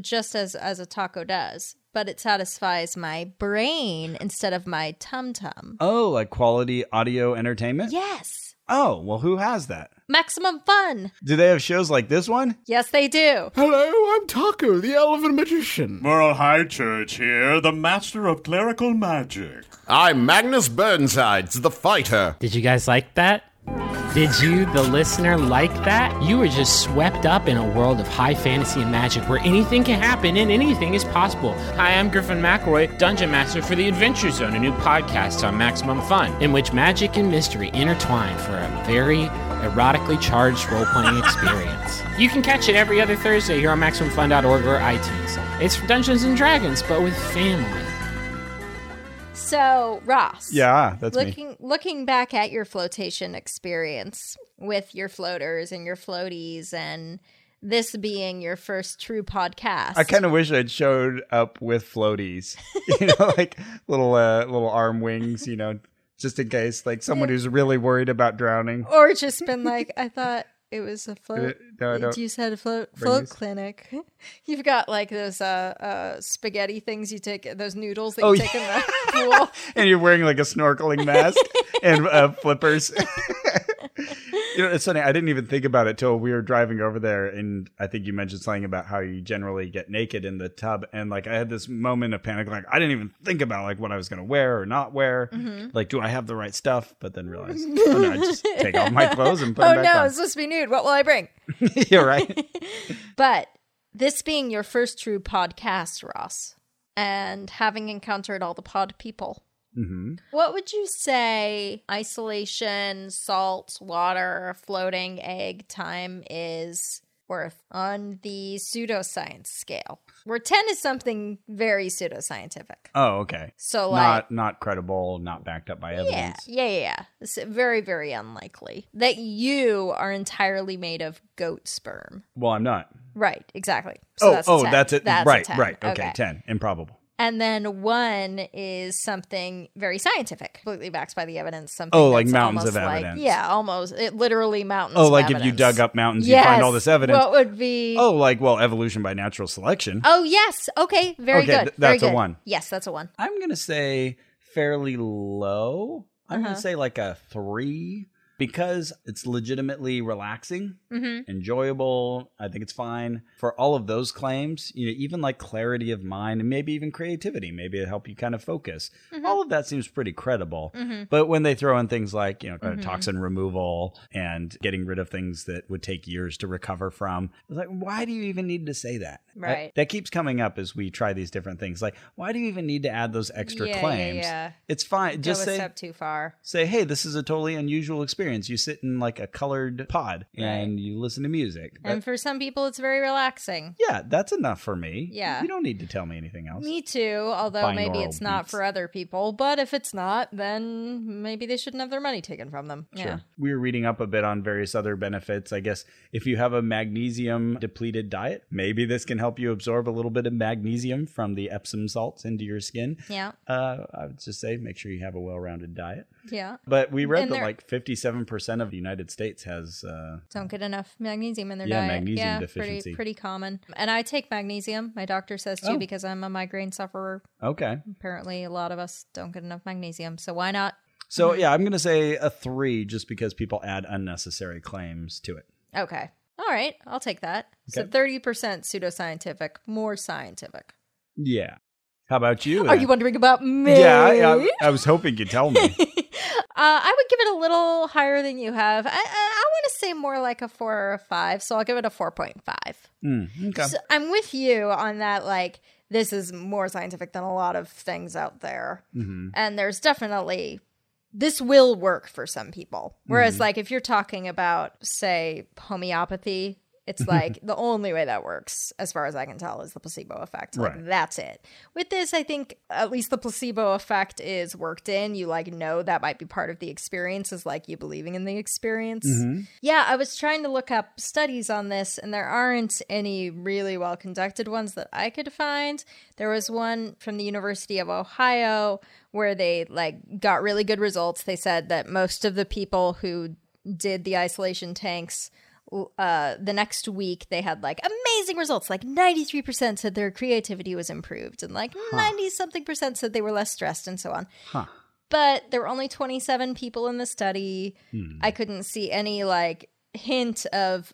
S1: just as as a taco does, but it satisfies my brain instead of my tum tum.
S2: Oh, like quality audio entertainment?
S1: Yes.
S2: Oh, well, who has that?
S1: Maximum fun.
S2: Do they have shows like this one?
S1: Yes, they do.
S3: Hello, I'm Taco, the Elven Magician.
S4: Merle High Church here, the master of clerical magic.
S3: I'm Magnus Burnsides, the fighter.
S5: Did you guys like that? Did you, the listener, like that? You were just swept up in a world of high fantasy and magic where anything can happen and anything is possible. Hi, I'm Griffin McElroy, Dungeon Master for The Adventure Zone, a new podcast on Maximum Fun, in which magic and mystery intertwine for a very erotically charged role playing experience. You can catch it every other Thursday here on MaximumFun.org or iTunes. It's for Dungeons and Dragons, but with family.
S1: So, Ross.
S2: Yeah, that's me.
S1: Looking looking back at your flotation experience with your floaters and your floaties and this being your first true podcast.
S2: I kind of wish I'd showed up with floaties, you know, like little uh, little arm wings, you know, just in case, like someone who's really worried about drowning.
S1: or just been like, I thought it was a float.
S2: No, I don't.
S1: You said a float
S2: Bring
S1: float
S2: these.
S1: clinic. You've got like those uh, uh, spaghetti things you take, those noodles that
S2: Oh,
S1: you take in the pool.
S2: And you're wearing like a snorkeling mask and uh, flippers. you know, it's funny. I didn't even think about it till we were driving over there, and I think you mentioned something about how you generally get naked in the tub, and like I had this moment of panic, like I didn't even think about like what I was gonna wear or not wear,
S1: Mm-hmm.
S2: like do I have the right stuff? But then realized, oh no, I just take off my clothes and put
S1: Oh
S2: them
S1: no,
S2: back
S1: it's supposed to be nude. What will I bring?
S2: on. You're right.
S1: But this being your first true podcast, Ross, and having encountered all the pod people,
S2: hmm
S1: what would you say isolation, salt, water, floating egg time is worth on the pseudoscience scale, where 10 is something very pseudoscientific.
S2: Oh, okay.
S1: So, like,
S2: Not not credible, not backed up by
S1: yeah,
S2: evidence.
S1: yeah, yeah, yeah. It's very, very unlikely that you are entirely made of goat sperm.
S2: Well, I'm not.
S1: Right, exactly. So
S2: oh,
S1: that's a
S2: oh,
S1: 10.
S2: that's it.
S1: That's a
S2: right,
S1: 10.
S2: right. Okay, ten. Improbable.
S1: And then one is something very scientific, completely backed by the evidence. Something
S2: Oh, like
S1: that's
S2: mountains
S1: almost
S2: of
S1: like-
S2: evidence.
S1: yeah, almost. It literally mountains.
S2: Oh,
S1: of
S2: like if you
S1: evidence.
S2: dug up mountains,
S1: yes.
S2: you find all this evidence.
S1: What would be?
S2: oh, like well, evolution by natural selection.
S1: Oh, yes. Okay, very
S2: Okay,
S1: good.
S2: th-
S1: very
S2: that's a
S1: good.
S2: one.
S1: Yes, that's a one.
S2: I'm gonna say fairly low. I'm
S1: Uh-huh.
S2: gonna say like a three because it's legitimately relaxing,
S1: Mm-hmm.
S2: enjoyable. I think it's fine for all of those claims. You know, even like clarity of mind and maybe even creativity. Maybe it help you kind of focus.
S1: Mm-hmm.
S2: All of that seems pretty credible. But when they throw in things like you know uh,
S1: Mm-hmm.
S2: toxin removal and getting rid of things that would take years to recover from, it's like why do you even need to say that?
S1: Right.
S2: that keeps coming up as we try these different things. Like, why do you even need to add those extra
S1: Yeah, yeah,
S2: claims?
S1: yeah.
S2: It's fine. Just
S1: Go a
S2: say
S1: step too far.
S2: say, hey, this is a totally unusual experience. You sit in like a colored pod and you listen to music. That-
S1: And for some people, it's very relaxing.
S2: yeah, that's enough for me.
S1: Yeah.
S2: you don't need to tell me anything else.
S1: Me too, although maybe
S2: Binaural
S1: it's not
S2: beats.
S1: for other people. But if it's not, then maybe they shouldn't have their money taken from them. Yeah.
S2: Sure. We were reading up a bit on various other benefits. I guess if you have a magnesium depleted diet, maybe this can help you absorb a little bit of magnesium from the Epsom salts into your skin.
S1: Yeah.
S2: Uh, I would just say make sure you have a well rounded diet.
S1: Yeah.
S2: But we read
S1: And
S2: that
S1: there-
S2: like 57% of the United States has, uh,
S1: Don't get enough magnesium in their
S2: Yeah,
S1: diet.
S2: magnesium
S1: yeah,
S2: deficiency.
S1: Pretty, pretty common. And I take magnesium. My doctor says too,
S2: Oh.
S1: because I'm a migraine sufferer.
S2: okay.
S1: Apparently, a lot of us don't get enough magnesium. So why not?
S2: So yeah, I'm going to say a three just because people add unnecessary claims to it.
S1: Okay. All right. I'll take that. So
S2: Okay.
S1: 30% pseudoscientific, more scientific.
S2: Yeah. How about you?
S1: Are
S2: then?
S1: you wondering about me?
S2: yeah, I, I, I was hoping you'd tell me.
S1: Uh, I would give it a little higher than you have. I, I, I want to say more like a four or a five, so I'll give it a 4.5.
S2: Mm, okay.
S1: So I'm with you on that. Like, this is more scientific than a lot of things out there.
S2: Mm-hmm.
S1: And there's definitely, this will work for some people. Whereas,
S2: Mm-hmm.
S1: like, if you're talking about, say, homeopathy, it's like the only way that works, as far as I can tell, is the placebo effect. Like,
S2: Right.
S1: that's it. With this, I think at least the placebo effect is worked in. You like know that might be part of the experience, is like you believing in the experience.
S2: Mm-hmm.
S1: Yeah, I was trying to look up studies on this, and there aren't any really well conducted ones that I could find. There was one from the University of Ohio where they like got really good results. They said that most of the people who did the isolation tanks uh, the next week they had like amazing results. Like 93% said their creativity was improved, and like 90 something percent said they were less stressed, and so on. But there were only 27 people in the study.
S2: Hmm.
S1: I couldn't see any like hint of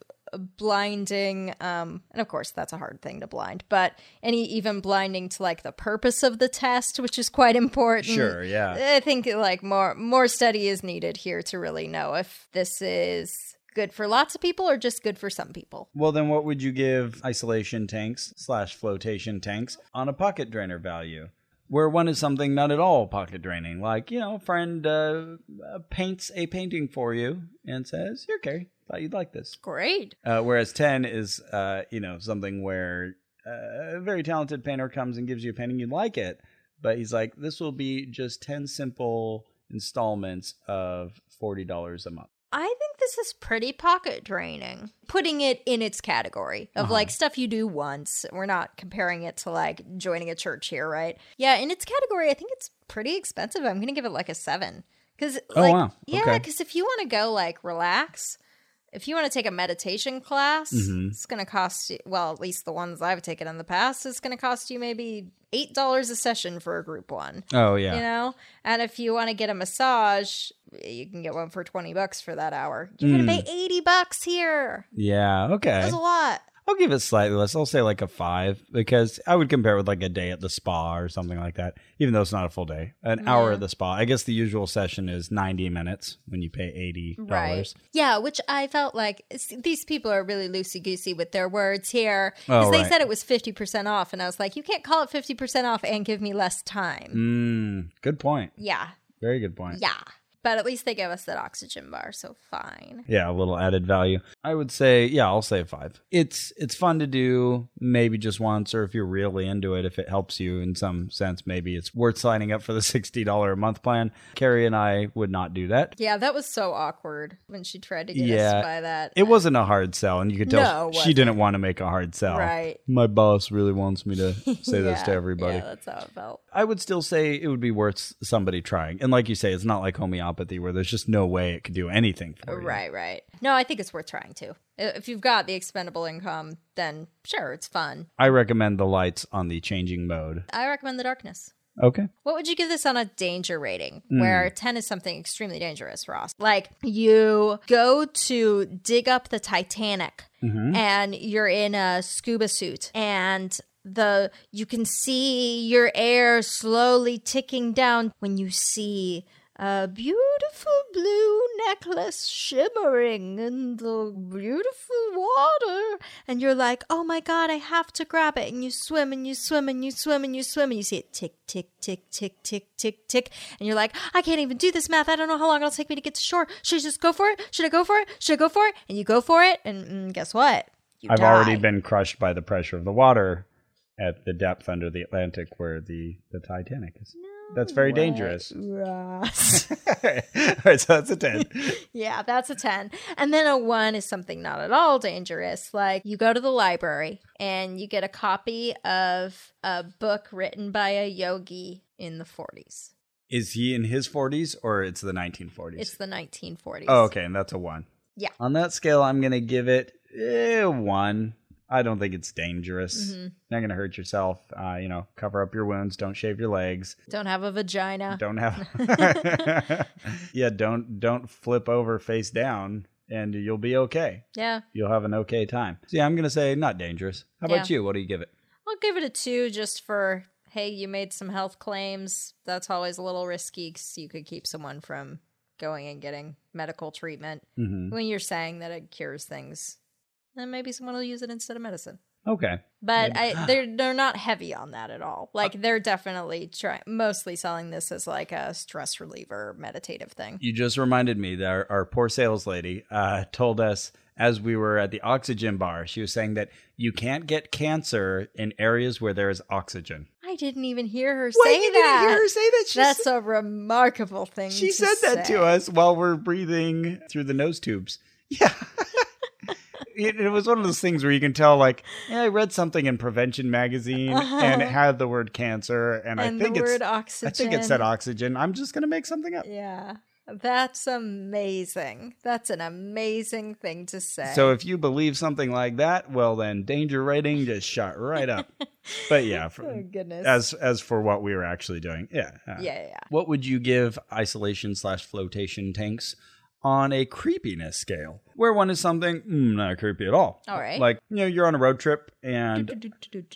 S1: blinding um and of course that's a hard thing to blind but any even blinding to like the purpose of the test which is quite important
S2: Sure, yeah.
S1: I think like more more study is needed here to really know if this is good for lots of people or just good for some people.
S2: Well, then what would you give isolation tanks slash flotation tanks on a pocket drainer value? Where one is something not at all pocket draining, like, you know, a friend uh, uh, paints a painting for you and says, Here, Carrie, thought you'd like this.
S1: Great.
S2: Uh, whereas 10 is, uh, you know, something where uh, a very talented painter comes and gives you a painting, you like it. But he's like, this will be just 10 simple installments of $40 a month.
S1: I think this is pretty pocket draining. Putting it in its category of
S2: Uh-huh.
S1: like stuff you do once. We're not comparing it to like joining a church here, right? Yeah, in its category, I think it's pretty expensive. I'm going to give it like a seven. Because,
S2: Oh,
S1: like,
S2: wow.
S1: yeah,
S2: Okay.
S1: because if you want to go like relax, if you want to take a meditation class,
S2: Mm-hmm.
S1: it's going to cost you, well, at least the ones I've taken in the past, it's going to cost you maybe $8 a session for a group one
S2: Oh,
S1: you know and if you want to get a massage you can get one for 20 bucks for that hour you're gonna pay 80 bucks here
S2: Yeah. Hmm. Okay.
S1: that's a lot
S2: I'll give it slightly less. I'll say like a five because I would compare it with like a day at the spa or something like that, even though it's not a full day. An hour at the spa. I guess the usual session is 90 minutes when you pay $80.
S1: yeah which i felt like s- these people are really loosey goosey with their words here because
S2: Oh,
S1: they
S2: right.
S1: said it was 50% off and i was like you can't call it 50% off and give me less time
S2: Mm, good point.
S1: yeah
S2: Very good point.
S1: yeah But at least they gave us that oxygen bar, so fine.
S2: Yeah, a little added value. I would say, yeah, I'll say five. It's it's fun to do, maybe just once, or if you're really into it, if it helps you in some sense, maybe it's worth signing up for the sixty dollar a month plan. Carrie and I would not do that.
S1: Yeah, that was so awkward when she tried to get
S2: Yeah.
S1: us by that.
S2: It wasn't a hard sell, and you could
S1: No,
S2: tell
S1: it
S2: she- she didn't want to make a hard sell.
S1: Right.
S2: My boss really wants me to say this to
S1: Yeah,
S2: everybody.
S1: Yeah, that's how it felt.
S2: I would still say it would be worth s- somebody trying. And like you say, it's not like homeopathy where there's just no way it could do anything for you.
S1: Right, right. No, I think it's worth trying too. I- If you've got the expendable income, then sure, it's fun.
S2: I recommend the lights on the changing mode.
S1: I recommend the darkness.
S2: Okay.
S1: What would you give this on a danger rating?
S2: Hmm.
S1: Where 10 is something extremely dangerous, Ross. Like you go to dig up the Titanic
S2: Mm-hmm.
S1: and you're in a scuba suit and the you can see your air slowly ticking down when you see a beautiful blue necklace shimmering in the beautiful water. And you're like, oh my God, I have to grab it. And you swim and you swim and you swim and you swim and you see it tick, tick, tick, tick, tick, tick, tick. And you're like, I can't even do this math. I don't know how long it'll take me to get to shore. Should I just go for it? Should I go for it? Should I go for it? And you go for it. And mm, guess what? You
S2: I've
S1: die.
S2: already been crushed by the pressure of the water at the depth under the Atlantic where the, the Titanic is. that's very dangerous.
S1: Ross.
S2: All right, so that's a 10.
S1: Yeah, that's a 10. And then a 1 is something not at all dangerous. Like you go to the library and you get a copy of a book written by a yogi in the 40s.
S2: is he in his 40s or it's the 1940s?
S1: It's the 1940s.
S2: oh, okay. And that's a one.
S1: Yeah.
S2: On that scale, I'm going to give it eh, one. I don't think it's dangerous.
S1: Mm-hmm.
S2: Not going to hurt yourself. Uh, you know, cover up your wounds. Don't shave your legs.
S1: Don't have a vagina.
S2: don't have yeah don't don't flip over face down and you'll be okay
S1: Yeah.
S2: you'll have an okay time so yeah i'm gonna say not dangerous how about you what do you give it
S1: I'll give it a 2 just for hey, you made some health claims. That's always a little risky cuz you could keep someone from going and getting medical treatment.
S2: Mm-hmm.
S1: When you're saying that it cures things, then maybe someone will use it instead of medicine.
S2: okay
S1: But I, they're they're not heavy on that at all. Like they're definitely trying, mostly selling this as like a stress reliever meditative thing.
S2: you just reminded me that our, our poor sales lady uh, told us as we were at the oxygen bar she was saying that you can't get cancer in areas where there is oxygen
S1: I didn't even hear her
S2: Wait,
S1: say
S2: you
S1: that.
S2: didn't hear her say that She
S1: That's a remarkable thing.
S2: She
S1: to
S2: said that
S1: say.
S2: to us while we're breathing through the nose tubes. Yeah. It, it was one of those things where you can tell, like, yeah, I read something in Prevention magazine, and it had the word cancer, and,
S1: Uh-huh. And
S2: I think
S1: the
S2: it's,
S1: word
S2: I
S1: oxygen.
S2: think it said oxygen. I'm just gonna make something up.
S1: Yeah, that's amazing. That's an amazing thing to say.
S2: So if you believe something like that, well, then danger rating just shot right up. but yeah, for,
S1: oh goodness.
S2: as as for what we were actually doing, yeah, uh,
S1: yeah, yeah, yeah.
S2: What would you give isolation slash flotation tanks on a creepiness scale? Where one is something mm, not creepy at all.
S1: All right.
S2: Like, you know, you're on a road trip and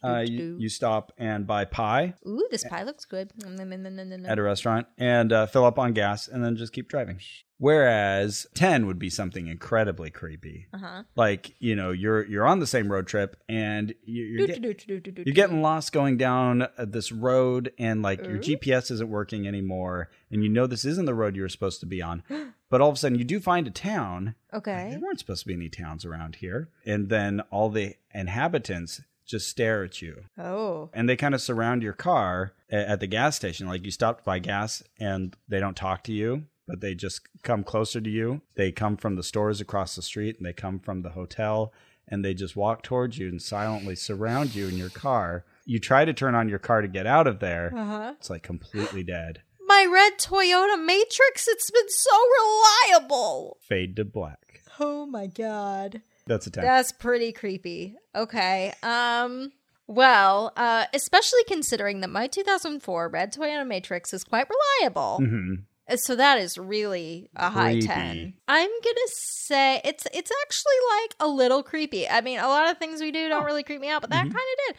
S2: uh, you, you stop and buy pie
S1: Ooh, this pie looks good. Mm, Mm-hmm.
S2: at a restaurant and uh, fill up on gas and then just keep driving. Whereas 10 would be something incredibly creepy. Uh-huh. Like, you know, you're you're on the same road trip and you- you're, get- you're getting lost going down uh, this road and like your GPS isn't working anymore and you know this isn't the road you were supposed to be on. But all of a sudden you do find a town.
S1: Okay.
S2: There weren't supposed to be any towns around here. And then all the inhabitants just stare at you
S1: Oh.
S2: and they kind of surround your car a- at the gas station. Like you stopped by gas and they don't talk to you, but they just come closer to you. They come from the stores across the street and they come from the hotel and they just walk towards you and silently surround you in your car. You try to turn on your car to get out of there.
S1: Uh-huh.
S2: It's like completely dead.
S1: My red Toyota Matrix, it's been so reliable.
S2: Fade to black.
S1: Oh my god.
S2: That's a 10.
S1: That's pretty creepy. Okay. Um well, uh especially considering that my 2004 red Toyota Matrix is quite reliable. Uh, So that is really a high
S2: Creepy.
S1: 10. I'm going to say it's it's actually like a little creepy. I mean, a lot of things we do don't really creep me out, but that kind of did.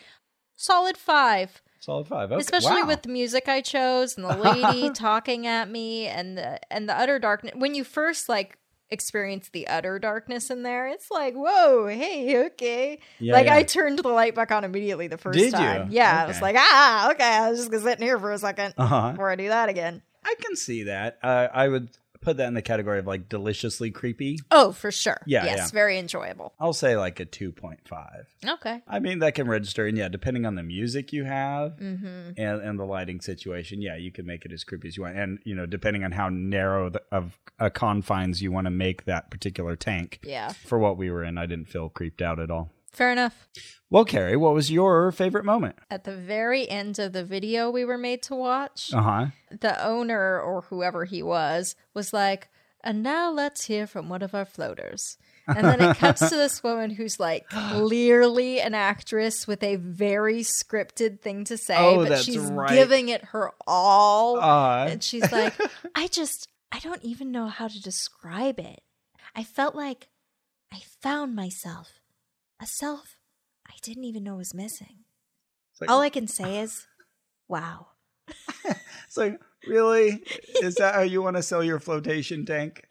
S1: Solid 5
S2: Solid five. Okay.
S1: especially
S2: Wow.
S1: with the music I chose and the lady talking at me and the and the utter darkness. When you first like experience the utter darkness in there, it's like, whoa, hey, okay.
S2: Yeah,
S1: like
S2: yeah.
S1: I turned the light back on immediately the first
S2: Did you?
S1: time. Yeah, I was
S2: Okay.
S1: like, ah, okay, I was just gonna sit in here for a 2nd
S2: Uh-huh.
S1: before I do that again.
S2: I can see that. Uh, I would put that in the category of like deliciously creepy.
S1: Oh, for sure.
S2: Yeah,
S1: yes,
S2: yeah.
S1: very enjoyable.
S2: I'll say like a 2.5.
S1: Okay.
S2: I mean, that can register. And yeah, depending on the music you have
S1: Mm-hmm.
S2: and, and the lighting situation, yeah, you can make it as creepy as you want. And, you know, depending on how narrow the, of uh, confines you want to make that particular tank.
S1: Yeah.
S2: For what we were in, I didn't feel creeped out at all.
S1: Fair enough.
S2: Well, Carrie, what was your favorite moment?
S1: At the very end of the video we were made to watch,
S2: Uh huh.
S1: the owner or whoever he was was like, and now let's hear from one of our floaters. And then it cuts to this woman who's like clearly an actress with a very scripted thing to say,
S2: Oh,
S1: but
S2: that's
S1: she's
S2: right.
S1: giving it her all.
S2: Uh,
S1: and she's like, I just, I don't even know how to describe it. I felt like I found myself, a self I didn't even know was missing.
S2: It's like-
S1: all I can say is, wow.
S2: It's like, really? Is that how you want to sell your flotation tank?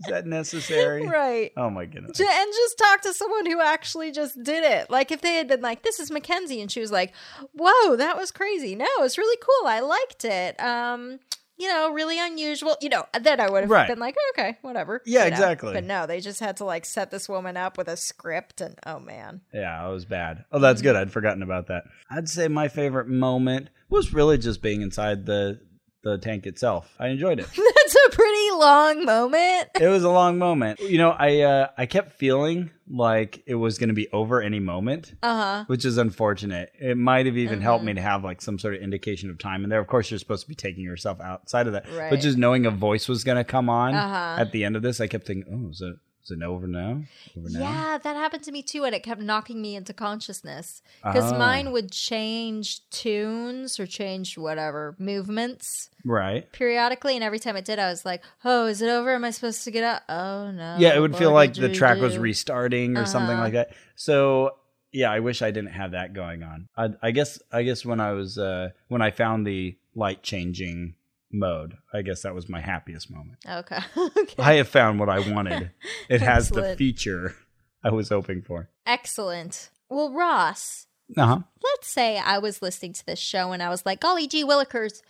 S2: Is that necessary?
S1: Right.
S2: Oh my goodness.
S1: Ju- and just talk to someone who actually just did it. Like if they had been like, "This is Mackenzie," and she was like, "Whoa, that was crazy. No, it's really cool. I liked it. Um, you know, really unusual. You know." Then I would have
S2: Right.
S1: been like, "Oh, "Okay, whatever."
S2: Yeah,
S1: you know?
S2: exactly.
S1: But no, they just had to like set this woman up with a script, and oh man,
S2: Yeah, it was bad. Oh, that's good. I'd forgotten about that. I'd say my favorite moment was really just being inside the the tank itself. I enjoyed it.
S1: that's a pretty long moment.
S2: it was a long moment. You know, I uh, I kept feeling like it was going to be over any moment.
S1: Uh huh.
S2: which is unfortunate. It might have even helped me
S1: Mm-hmm.
S2: to have like some sort of indication of time in there. Of course, you're supposed to be taking yourself outside of that,
S1: Right.
S2: but just knowing a voice was going to come on
S1: Uh-huh.
S2: at the end of this, I kept thinking, "Oh, is it is it over now? Over now?"
S1: Yeah, that happened to me too, and it kept knocking me into consciousness because
S2: Oh.
S1: mine would change tunes or change whatever movements.
S2: Right?
S1: periodically, and every time it did, I was like, "Oh, is it over? Am I supposed to get up? Oh no!"
S2: yeah, it would feel
S1: what
S2: like
S1: did
S2: the
S1: we
S2: track was
S1: do?"
S2: restarting or something
S1: Uh-huh.
S2: like that. So yeah, I wish I didn't have that going on. I, I guess I guess when I was uh, when I found the light changing mode, I guess that was my happiest moment.
S1: Okay, okay,
S2: I have found what I wanted. It has the
S1: Excellent.
S2: feature I was hoping for.
S1: excellent. Well, Ross,
S2: Uh huh.
S1: let's say I was listening to this show and I was like, "Golly gee, Willikers,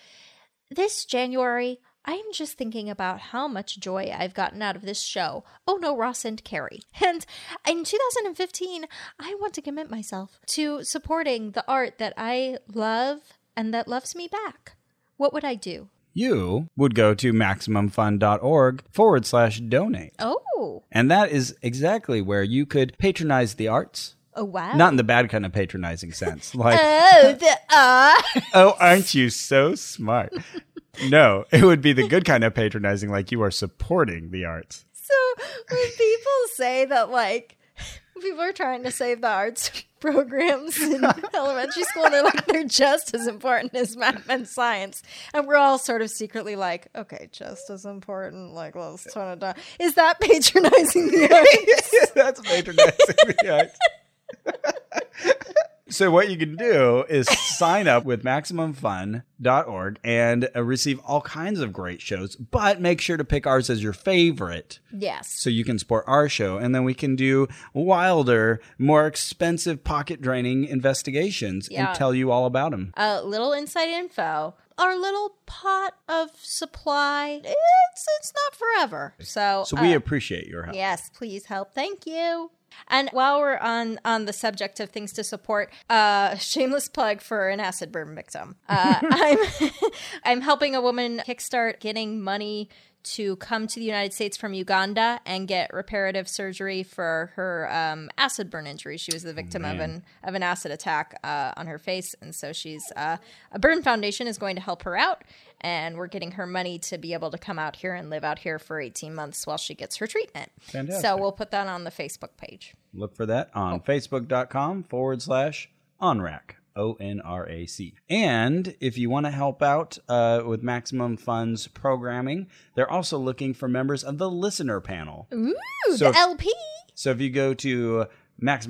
S1: this January." I'm just thinking about how much joy I've gotten out of this show. Oh no, Ross and Carrie. And in 2015, I want to commit myself to supporting the art that I love and that loves me back. What would I do?
S2: You would go to MaximumFun.org forward slash donate.
S1: Oh,
S2: And that is exactly where you could patronize the arts.
S1: Oh wow!
S2: Not in the bad kind of patronizing sense. Like,
S1: oh, the uh,
S2: oh, aren't you so smart? No, it would be the good kind of patronizing, like you are supporting the arts.
S1: so when people say that, like people are trying to save the arts programs in elementary school, they're like they're just as important as math and science, and we're all sort of secretly like, okay, just as important. Like let's tone it down. Is that patronizing the arts?
S2: That's patronizing the arts. So what you can do is sign up with MaximumFun.org and uh, receive all kinds of great shows, but make sure to pick ours as your favorite.
S1: yes.
S2: so you can support our show and then we can do wilder more expensive pocket draining investigations
S1: Yeah.
S2: and tell you all about them
S1: A little inside info. Our little pot of supply. It's it's not forever. So
S2: so we
S1: uh,
S2: appreciate your help
S1: Yes, please help. Thank you. And while we're on on the subject of things to support, uh, shameless plug for an acid burn victim. Uh, I'm I'm helping a woman kickstart getting money to come to the United States from Uganda and get reparative surgery for her um, acid burn injury. She was the victim of an of an acid attack uh, on her face, and so she's uh, a burn foundation is going to help her out, and we're getting her money to be able to come out here and live out here for eighteen months while she gets her treatment. So
S2: Fantastic.
S1: we'll put that on the Facebook page.
S2: look for that
S1: Oh.
S2: on facebook.com forward slash onrac o-n-r-a-c and if you want to help out uh, with maximum funds programming they're also looking for members of the listener panel
S1: Ooh,
S2: So-
S1: the LP.
S2: So if you go to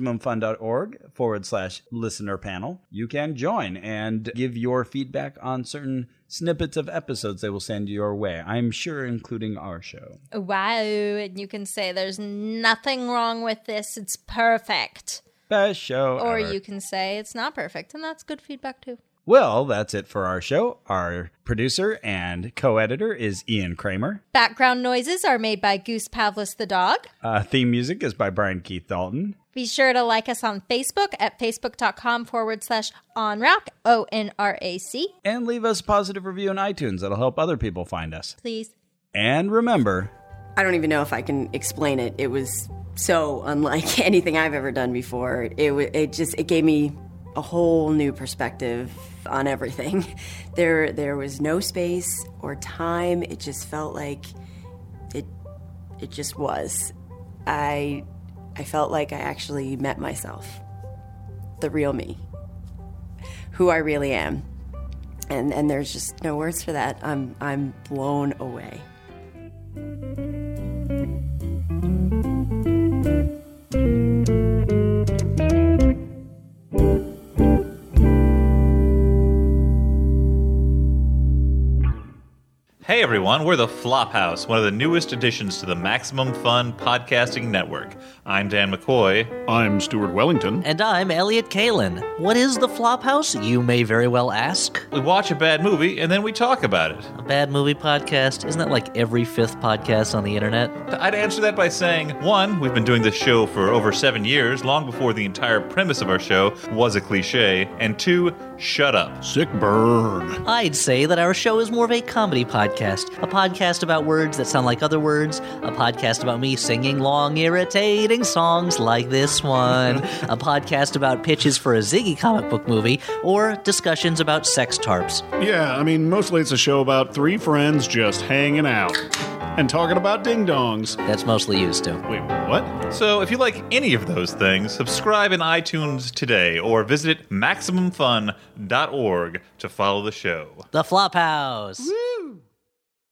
S2: MaximumFun.org forward slash listener panel, you can join and give your feedback on certain snippets of episodes they will send your way. I'm sure including our show.
S1: Wow, and you can say there's nothing wrong with this. It's perfect.
S2: Best show.
S1: Or
S2: ever.
S1: you can say it's not perfect, and that's good feedback too.
S2: Well, that's it for our show. Our producer and co editor is Ian Kramer.
S1: Background noises are made by Goose Pavlis the dog.
S2: Uh, theme music is by Brian Keith Dalton.
S1: Be sure to like us on Facebook at facebook.com forward slash onrac, O N R A C.
S2: And leave us a positive review on iTunes. That'll help other people find us.
S1: Please.
S2: And remember,
S6: I don't even know if I can explain it. It was so unlike anything I've ever done before. It wa- it just it gave me a whole new perspective on everything. There there was no space or time. It just felt like it it just was. I I felt like I actually met myself. The real me. Who I really am. And and there's just no words for that. I'm I'm blown away.
S7: Hey everyone, we're the Flophouse, one of the newest additions to the Maximum Fun Podcasting Network. I'm Dan McCoy.
S3: I'm Stuart Wellington.
S8: And I'm Elliot Kalin. What is the Flophouse, you may very well ask?
S7: We watch a bad movie and then we talk about it.
S8: A bad movie podcast? Isn't that like every fifth podcast on the internet?
S7: I'd answer that by saying one, we've been doing this show for over seven years, long before the entire premise of our show was a cliche, and two, shut up.
S3: Sick burn.
S8: I'd say that our show is more of a comedy podcast, a podcast about words that sound like other words, a podcast about me singing long, irritating songs like this one, a podcast about pitches for a Ziggy comic book movie, or discussions about sex tarps.
S3: Yeah, I mean, mostly it's a show about three friends just hanging out and talking about ding dongs.
S8: That's mostly used to.
S3: Wait, what?
S7: So if you like any of those things, subscribe in iTunes today or visit MaximumFun.org to follow the show.
S8: The Flophouse.